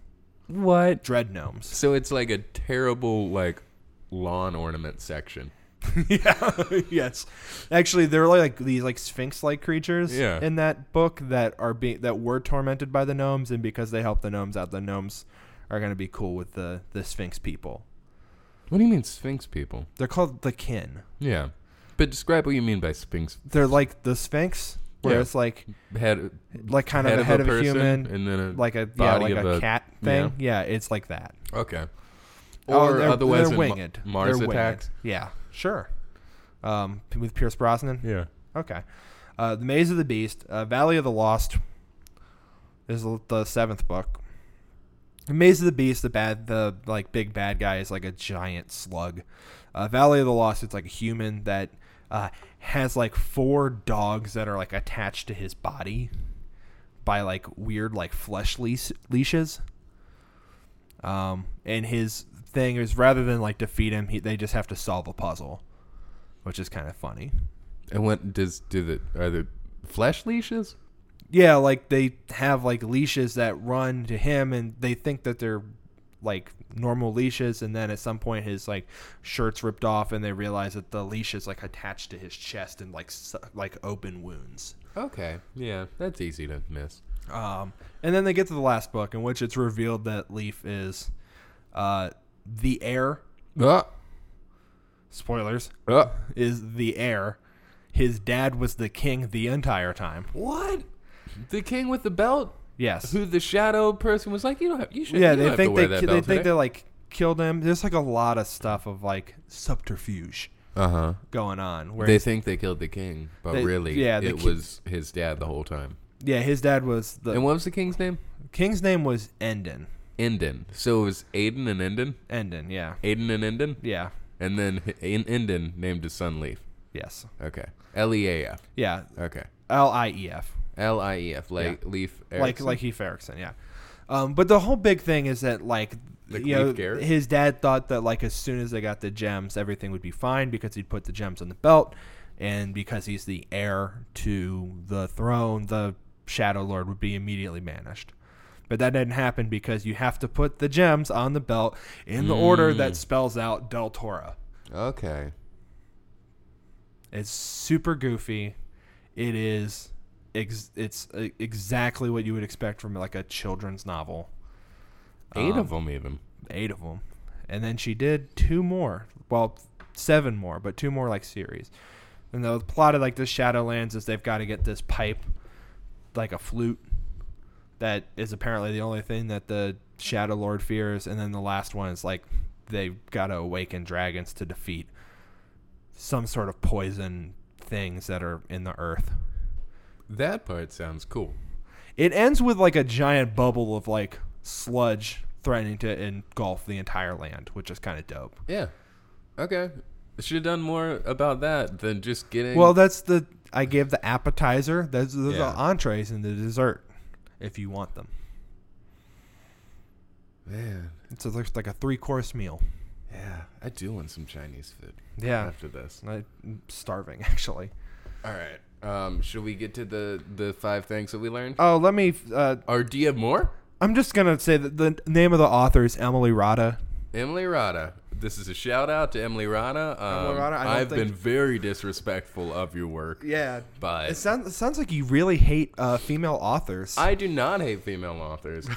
S1: What?
S2: dread gnomes. (laughs)
S1: So it's like a terrible like lawn ornament section.
S2: yeah, (laughs) yes. Actually, there are like these like sphinx-like creatures
S1: Yeah.
S2: in that book that are being that were tormented by the gnomes, and because they helped the gnomes out, the gnomes are going to be cool with the the sphinx people.
S1: What do you mean Sphinx people?
S2: They're called the kin.
S1: Yeah. But describe what you mean by Sphinx
S2: They're like the sphinx, where
S1: Yeah.
S2: it's like
S1: head
S2: like kind
S1: head
S2: of a head of a,
S1: person
S2: human,
S1: and then a
S2: like a yeah,
S1: body
S2: like a,
S1: of a-
S2: cat thing. Yeah. it's like that.
S1: Okay.
S2: Oh,
S1: Or
S2: they're,
S1: otherwise in
S2: they're
S1: Ma-
S2: winged.
S1: Mars
S2: They're winged.
S1: attacks.
S2: Yeah, sure. Um, p- with Pierce Brosnan.
S1: Yeah.
S2: Okay. Uh, the Maze of the Beast, uh, Valley of the Lost is l- the seventh book. The Maze of the Beast, the bad, the like big bad guy is like a giant slug. Uh, Valley of the Lost, it's like a human that uh, has like four dogs that are like attached to his body by like weird like flesh leash- leashes. Um, and his thing is rather than like defeat him, he, they just have to solve a puzzle, which is kind of funny.
S1: And what does do the are the flesh leashes?
S2: Yeah, like they have like leashes that run to him, and they think that they're like normal leashes, and then at some point his like shirt's ripped off, and they realize that the leash is like attached to his chest and like su- like open wounds.
S1: Okay. Yeah, that's easy to miss.
S2: Um, and then they get to the last book, in which it's revealed that Leaf is uh, the heir.
S1: Ah,
S2: Spoilers
S1: ah.
S2: is the heir. His dad was the king the entire time.
S1: What? The king with the belt?
S2: Yes.
S1: Who the shadow person was like, you don't have you should
S2: yeah,
S1: you don't
S2: they
S1: have
S2: think
S1: to
S2: they
S1: wear that
S2: ki- they
S1: belt
S2: think they
S1: today.
S2: like killed him. There's like a lot of stuff of like subterfuge
S1: Uh-huh.
S2: going on. Where
S1: They think they killed the king, but
S2: They-
S1: really
S2: yeah, the
S1: it
S2: ki-
S1: was his dad the whole time.
S2: yeah, his dad was the
S1: And what was the king's name?
S2: king's name was Endon.
S1: Endon. So it was Aiden and Endon?
S2: Endon, yeah,
S1: Aiden and Endon?
S2: yeah,
S1: And then H- En- Endon named his son Leaf.
S2: yes,
S1: Okay. L E A F.
S2: yeah.
S1: Okay.
S2: L I E F.
S1: L I E F, like Leaf.
S2: like
S1: Erikson.
S2: like Heath Erickson, yeah. Um, but the whole big thing is that like
S1: Like
S2: you know,
S1: Leif Garrett?
S2: his dad thought that like as soon as they got the gems, everything would be fine because he'd put the gems on the belt, and because he's the heir to the throne, the Shadow Lord would be immediately banished. But that didn't happen because you have to put the gems on the belt in the order
S1: Mm.
S2: that spells out Del Tora.
S1: okay.
S2: It's super goofy. It is ex- it's uh, exactly what you would expect from like a children's novel.
S1: Eight of them, even.
S2: Eight of them. And then she did two more. Well, seven more, but two more like series. And the plot of like the Shadowlands is they've got to get this pipe like a flute that is apparently the only thing that the Shadow Lord fears and then the last one is like they've got to awaken dragons to defeat some sort of poison things that are in the earth.
S1: That part sounds cool.
S2: It ends with like a giant bubble of like sludge threatening to engulf the entire land, which is kind of dope.
S1: Yeah. Okay. Should have done more about that than just getting.
S2: Well, that's the I gave the appetizer. Those are the
S1: Yeah.
S2: entrees and the dessert, if you want them.
S1: man.
S2: It's a, looks like a three course meal.
S1: Yeah, I do want some Chinese food.
S2: Yeah.
S1: After this.
S2: I'm
S1: (laughs)
S2: starving actually.
S1: All right. Um, should we get to the the five things that we learned?
S2: Oh, let me. Uh,
S1: Or do you have more?
S2: I'm just gonna say that the name of the author is Emily Rada.
S1: Emily Rada. This is a shout out to Emily Rada. Um,
S2: Emily Rada, I don't
S1: I've
S2: think-
S1: been very disrespectful of your work,
S2: Yeah.
S1: but
S2: It sounds it sounds like you really hate uh, female authors.
S1: I do not hate female authors.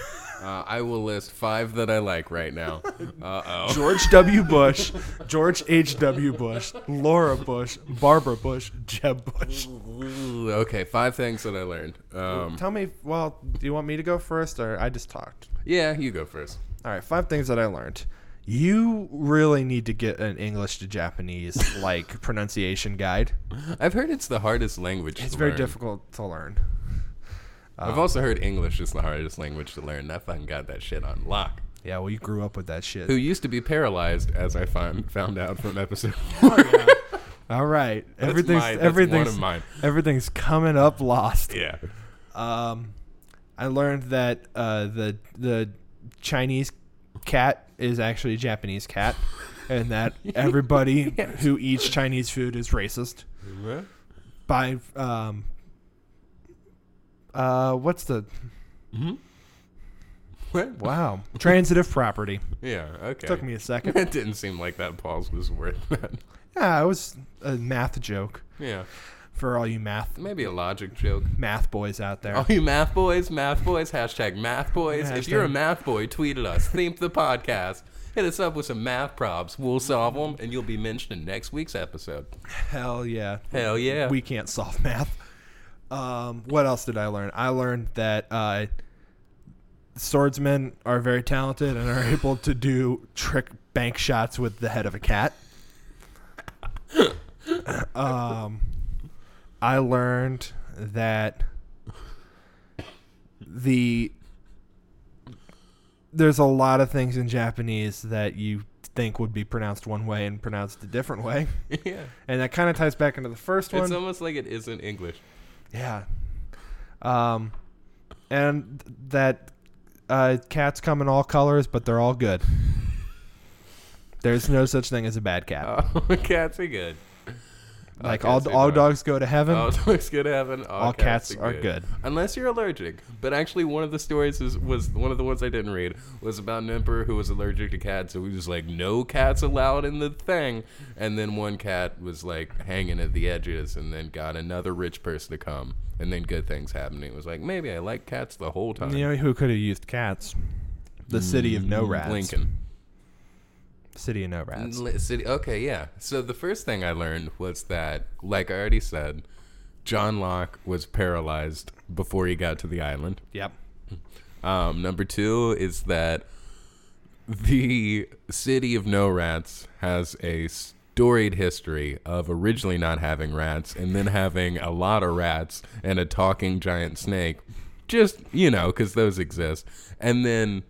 S1: uh, I will list five that I like right now. Uh oh.
S2: (laughs) George W. Bush, George H. W. Bush, Laura Bush, Barbara Bush, Jeb Bush.
S1: Okay, five things that I learned. Um,
S2: Tell me, well, do you want me to go first, or I just talked?
S1: yeah, you go first.
S2: All right, five things that I learned. You really need to get an English
S1: (laughs)
S2: to Japanese like pronunciation guide.
S1: I've heard it's the hardest language.
S2: It's
S1: to
S2: very
S1: learn.
S2: difficult to learn.
S1: I've also heard English is the hardest language to learn. I fucking got that shit on lock.
S2: Yeah, well, you grew up with that
S1: Who
S2: shit.
S1: used to be paralyzed, as I found found out from
S2: (laughs)
S1: episode.
S2: All right,
S1: That's
S2: everything's
S1: mine. That's one (laughs)
S2: everything's
S1: of mine.
S2: everything's coming up lost.
S1: Yeah.
S2: Um, I learned that uh, the the Chinese cat is actually a
S1: (laughs)
S2: Japanese cat, and that everybody who eats Chinese food is racist. By um, uh, what's the
S1: What?
S2: wow (laughs) transitive property?
S1: Yeah. Okay. (laughs)
S2: Took me a second.
S1: It didn't seem like that pause was worth (laughs) that.
S2: Yeah, it was a math joke
S1: Yeah.
S2: for all you math
S1: Maybe a logic joke.
S2: math boys out there.
S1: All you math boys, math boys, hashtag math boys. If you're a
S2: Hashtag-
S1: math boy, tweet at us. Theme the podcast. Hit us up with some math props. We'll solve them, and you'll be mentioned in next week's episode.
S2: Hell yeah.
S1: Hell yeah.
S2: we can't solve (laughs) math. Um, what else did I learn? I learned that uh, swordsmen are very talented and are (laughs) able to do trick bank shots with the head of a cat. (laughs) um, I learned that the there's a lot of things in Japanese that you think would be pronounced one way and pronounced a different way.
S1: (laughs) yeah.
S2: And that kind of ties back into the first one.
S1: It's almost like it isn't English.
S2: Yeah. Um, and that uh, cats come in all colors, but they're all good. There's no such thing as a bad cat.
S1: Oh, (laughs) cats are good. Oh,
S2: like
S1: cats
S2: all
S1: are
S2: all
S1: good.
S2: dogs go to heaven.
S1: All (laughs) dogs go to heaven. Oh, All,
S2: Um, All cats are good.
S1: Unless you're allergic. But actually, one of the stories is, was one of the ones I didn't read was about an emperor who was allergic to cats. So he was like, no cats allowed in the thing. And then one cat was like hanging at the edges and then got another rich person to come. And then good things happened. He was like, maybe I like cats the whole time.
S2: You know who could have used cats? The city of no rats.
S1: Mm, Lincoln.
S2: City of no rats.
S1: Li- City. Okay, yeah. So the first thing I learned was that, like I already said, John Locke was paralyzed before he got to the island.
S2: Yep.
S1: Um, number two is that the city of no rats has a storied history of originally not having rats and then having a lot of rats and a talking giant snake. Just, you know, because those exist. And then.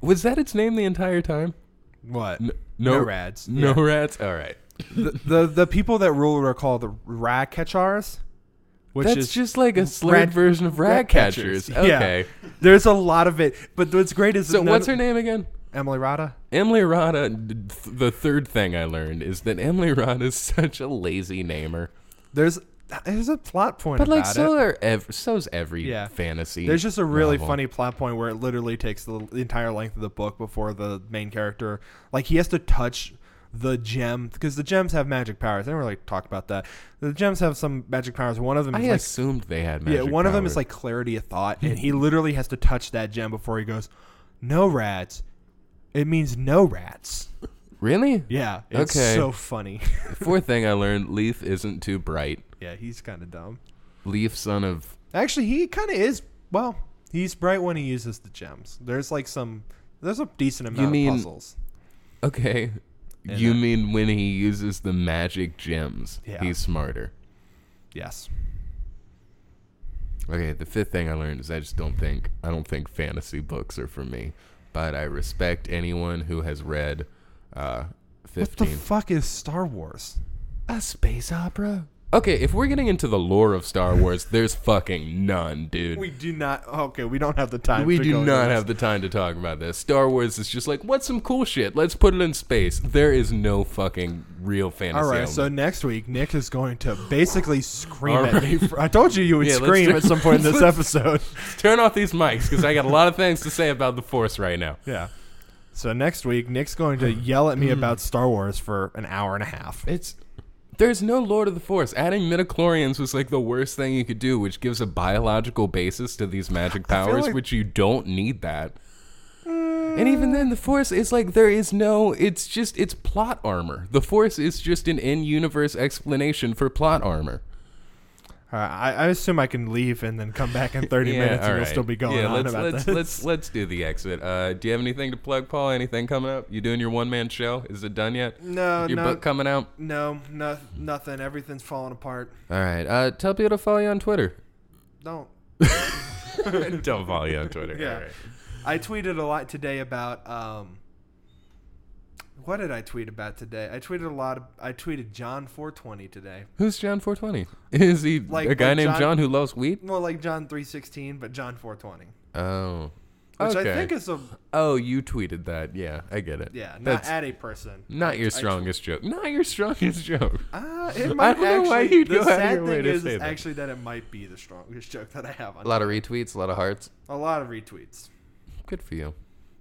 S1: Was that its name the entire time?
S2: What?
S1: no-
S2: no rats.
S1: No rats? All right.
S2: the the people that rule are called the Rakachars, which
S1: That's
S2: is
S1: just like a slurred
S2: rat-
S1: version of rat catchers.
S2: Yeah.
S1: Okay.
S2: there's a lot of it. But what's great is
S1: So
S2: none
S1: what's
S2: of-
S1: her name again?
S2: Emily Rada?
S1: Emily Rada. d- th- The third thing I learned is that Emily Rada is such a lazy namer.
S2: There's there's a plot point
S1: But like,
S2: about
S1: so
S2: it.
S1: are ev- so's every
S2: Yeah.
S1: fantasy.
S2: There's just a really
S1: novel.
S2: funny plot point where it literally takes the entire length of the book before the main character, like he has to touch the gem because the gems have magic powers. They don't really talk about that. The gems have some magic powers. One of them
S1: I
S2: is like
S1: assumed they had
S2: yeah,
S1: magic.
S2: one of them is
S1: powers.
S2: like clarity of thought,
S1: (laughs)
S2: and he literally has to touch that gem before he goes. No rats. It means no rats.
S1: really.
S2: Yeah, it's
S1: Okay.
S2: so funny. (laughs)
S1: Fourth thing I learned: Leaf isn't too bright.
S2: yeah, he's kind of dumb.
S1: Leaf, son of
S2: Actually, he kind of is. Well, he's bright when he uses the gems. There's like some. There's a decent amount
S1: mean-
S2: of puzzles.
S1: okay.
S2: Yeah,
S1: you
S2: no.
S1: mean when he uses the magic gems,
S2: Yeah.
S1: he's smarter.
S2: Yes.
S1: Okay, the fifth thing I learned is I just don't think I don't think fantasy books are for me, but I respect anyone who has read uh,
S2: What the
S1: fifteen
S2: fuck is Star Wars?
S1: a space opera. Okay, if we're getting into the lore of Star Wars, there's fucking none, dude.
S2: We do not. Okay, we don't have the time.
S1: We
S2: to
S1: do
S2: go
S1: not
S2: into
S1: have the time to talk about this. Star Wars is just like, what's some cool shit? Let's put it in space. There is no fucking real
S2: this.
S1: fantasy.
S2: All right.
S1: element.
S2: So next week, Nick is going to basically scream
S1: All
S2: at me. For, I told you you would
S1: Yeah, (laughs) let's
S2: scream
S1: do-
S2: at some point in this episode. (laughs)
S1: turn off these mics because I got a lot of things to say about the Force right now.
S2: Yeah. So next week, Nick's going to yell at me about Star Wars for an hour and a half.
S1: Hmm. It's there's no Lord of the Force. Adding midichlorians was like the worst thing you could do, which gives a biological basis to these magic powers,
S2: like-
S1: which you don't need that. And even then, the Force is like there is no. It's just it's plot armor. The Force is just an in-universe explanation for plot armor.
S2: All right, Uh, I, I assume I can leave and then come back in
S1: (laughs)
S2: 30 minutes and
S1: all
S2: we'll
S1: right.
S2: still be going
S1: yeah,
S2: on
S1: let's,
S2: about
S1: let's,
S2: this.
S1: Let's let's do the exit. Uh, do you have anything to plug, Paul? Anything coming up? You doing your one man show? Is it done yet?
S2: No,
S1: Your
S2: no,
S1: book coming out?
S2: no, no, nothing. Everything's falling apart.
S1: All right. Uh, tell people to follow you on
S2: (laughs)
S1: Twitter.
S2: Don't.
S1: Don't follow you on Twitter.
S2: Yeah. I tweeted a lot today about um. What did I tweet about today? I tweeted a lot. Of, I tweeted John 420 today.
S1: Who's John 420? Is he
S2: Like-
S1: a guy
S2: like
S1: named
S2: John-
S1: John, who loves weed?
S2: More like John 316, but John 420,
S1: Oh.
S2: which
S1: okay.
S2: I think is a
S1: oh, you tweeted that. Yeah, I get it.
S2: yeah, not
S1: That's
S2: at a person.
S1: not your strongest joke. Not your strongest joke.
S2: Uh, it might
S1: don't know why
S2: actually-
S1: you'd
S2: the
S1: go out of
S2: sad
S1: your way
S2: thing
S1: to
S2: is,
S1: say
S2: is
S1: that.
S2: actually that it might be the strongest (laughs) joke that I have on
S1: A lot of retweets, a lot of hearts.
S2: a lot of retweets.
S1: Good for you.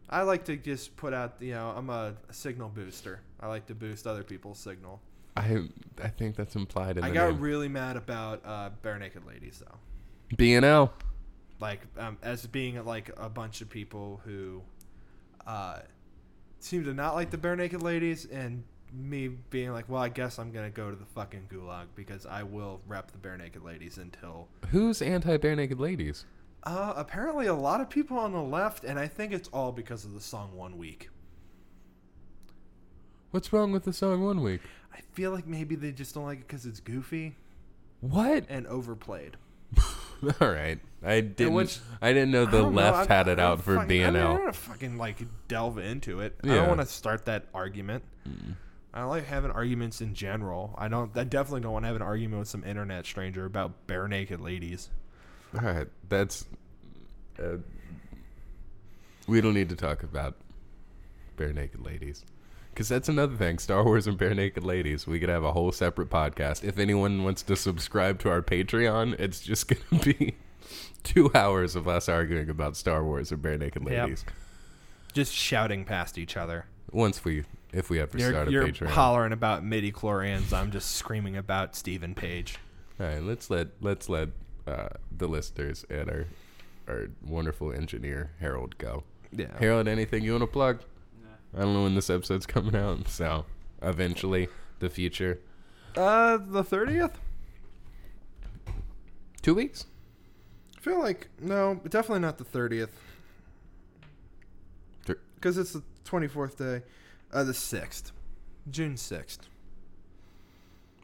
S2: I like to just put out, you know, I'm a signal booster. I like to boost other people's signal.
S1: I I think that's implied in
S2: I
S1: the
S2: got
S1: name.
S2: really mad about uh, bare naked ladies though,
S1: BNL.
S2: like um, as being like a bunch of people who uh, seem to not like the bare naked ladies, and me being like, well, I guess I'm gonna go to the fucking gulag because I will rep the bare naked ladies until
S1: Who's anti bare naked ladies?
S2: Uh, apparently, a lot of people on the left, and I think it's all because of the song One Week.
S1: What's wrong with the song One Week?
S2: I feel like maybe they just don't like it because it's goofy
S1: What? (laughs)
S2: and overplayed.
S1: All right. I didn't.
S2: which-
S1: I didn't know
S2: I
S1: the
S2: don't know,
S1: left
S2: I-
S1: had it
S2: I don't
S1: out for
S2: fucking- I, mean, I don't
S1: BNL.
S2: want to fucking like delve into it. I
S1: Yeah. Mm.
S2: don't want to start that argument. I don't like having arguments in general. I don't. I definitely don't want to have an argument with some internet stranger about bare naked ladies.
S1: All right. That's. Uh, we don't need to talk about bare naked ladies, because that's another thing. Star Wars and bare naked ladies. We could have a whole separate podcast. If anyone wants to subscribe to our Patreon, it's just (laughs) gonna be two hours of us arguing about Star Wars and bare naked
S2: Yep.
S1: ladies.
S2: Just shouting past each other.
S1: Once we, if we ever
S2: You're,
S1: start a
S2: you're
S1: Patreon.
S2: hollering about midi chlorians. I'm just screaming about Stephen Page.
S1: All right, let's let let's let uh, the listeners and our our wonderful engineer Harold go.
S2: Yeah.
S1: Harold, anything you want to plug? I don't know when this episode's (laughs) coming out, so eventually the future.
S2: Uh, the thirtieth.
S1: Two weeks?
S2: I feel like no, definitely not the thirtieth,
S1: Thir-
S2: because it's the twenty fourth day, uh, the sixth, June sixth.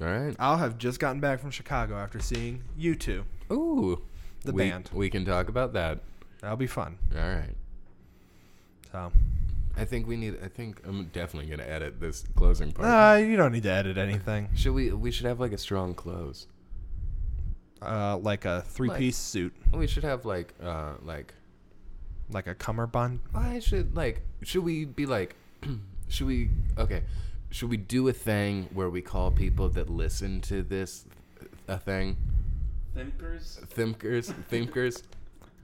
S1: All right.
S2: I'll have just gotten back from Chicago after seeing you two.
S1: Ooh,
S2: The
S1: we-
S2: band.
S1: We can talk about that.
S2: That'll be fun.
S1: All right.
S2: So,
S1: I think we need. I think I'm definitely gonna edit this closing part.
S2: Ah. uh, you don't need to edit anything.
S1: should we? We should have like a strong close.
S2: uh, like a three piece suit,
S1: We should have like uh like
S2: like a cummerbund. (laughs)
S1: I should like should we be like (clears throat) should we okay should we do a thing where we call people that listen to this a thing
S3: Thinkers.
S1: thimkers thimkers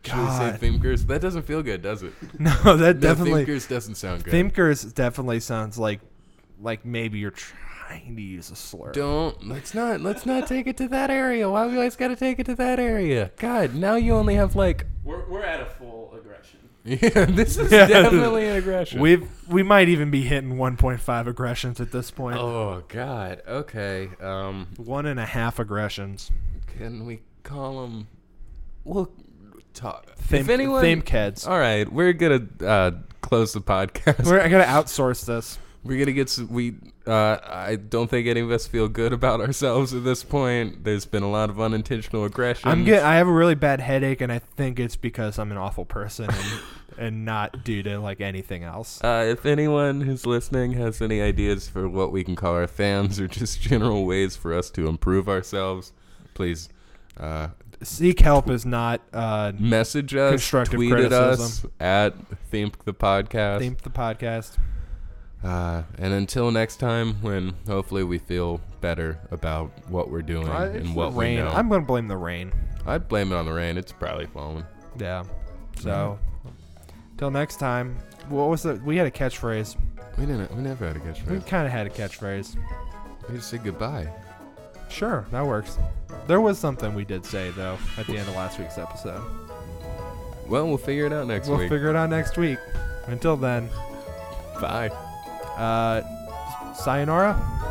S1: should we say
S2: God.
S1: thimkers that doesn't feel good does it
S2: No, that
S1: no,
S2: definitely
S1: thimkers doesn't sound good
S2: Thimkers definitely sounds like like maybe you're trying to use a slur.
S1: don't let's not let's not take it to that area why we always gotta take it to that area god now you only have like (laughs)
S3: We're, we're at a full aggression.
S1: yeah this is
S2: (laughs) Yeah.
S1: definitely an aggression
S2: We've we might even be hitting 1.5 aggressions at this point.
S1: oh god okay um
S2: One and a half aggressions.
S1: Can we call him? We'll talk.
S2: Thim,
S1: if anyone,
S2: Thimkeds.
S1: all right, we're gonna uh, close the podcast. We're,
S2: We're, I gotta outsource this.
S1: gonna get some, we. Uh, I don't think any of us feel good about ourselves at this point. There's been a lot of unintentional aggression.
S2: I'm get. I have a really bad headache, and I think it's because I'm an awful person, and,
S1: (laughs)
S2: and not due to like anything else.
S1: Uh, if anyone who's listening has any ideas for what we can call our fans or (laughs) just general ways for us to improve ourselves, please uh,
S2: Seek help is not uh,
S1: message us,
S2: Constructive
S1: tweet at us at Think the Podcast.
S2: theme the podcast.
S1: Uh, and until next time, when hopefully we feel better about what we're doing
S2: Uh, it's
S1: and
S2: the
S1: what we
S2: rain.
S1: know.
S2: I'm gonna blame the rain.
S1: i blame it on the rain. It's probably falling.
S2: Yeah. So, till next time. What was the? We had a catchphrase.
S1: We didn't. We never had a
S2: We
S1: catchphrase.
S2: kind of had a catchphrase.
S1: We just said goodbye.
S2: Sure, that works. There was something we did say though at the end of last week's episode.
S1: Well, we'll figure it out next
S2: we'll
S1: week.
S2: figure it out next week. Until then,
S1: Bye.
S2: uh, sayonara.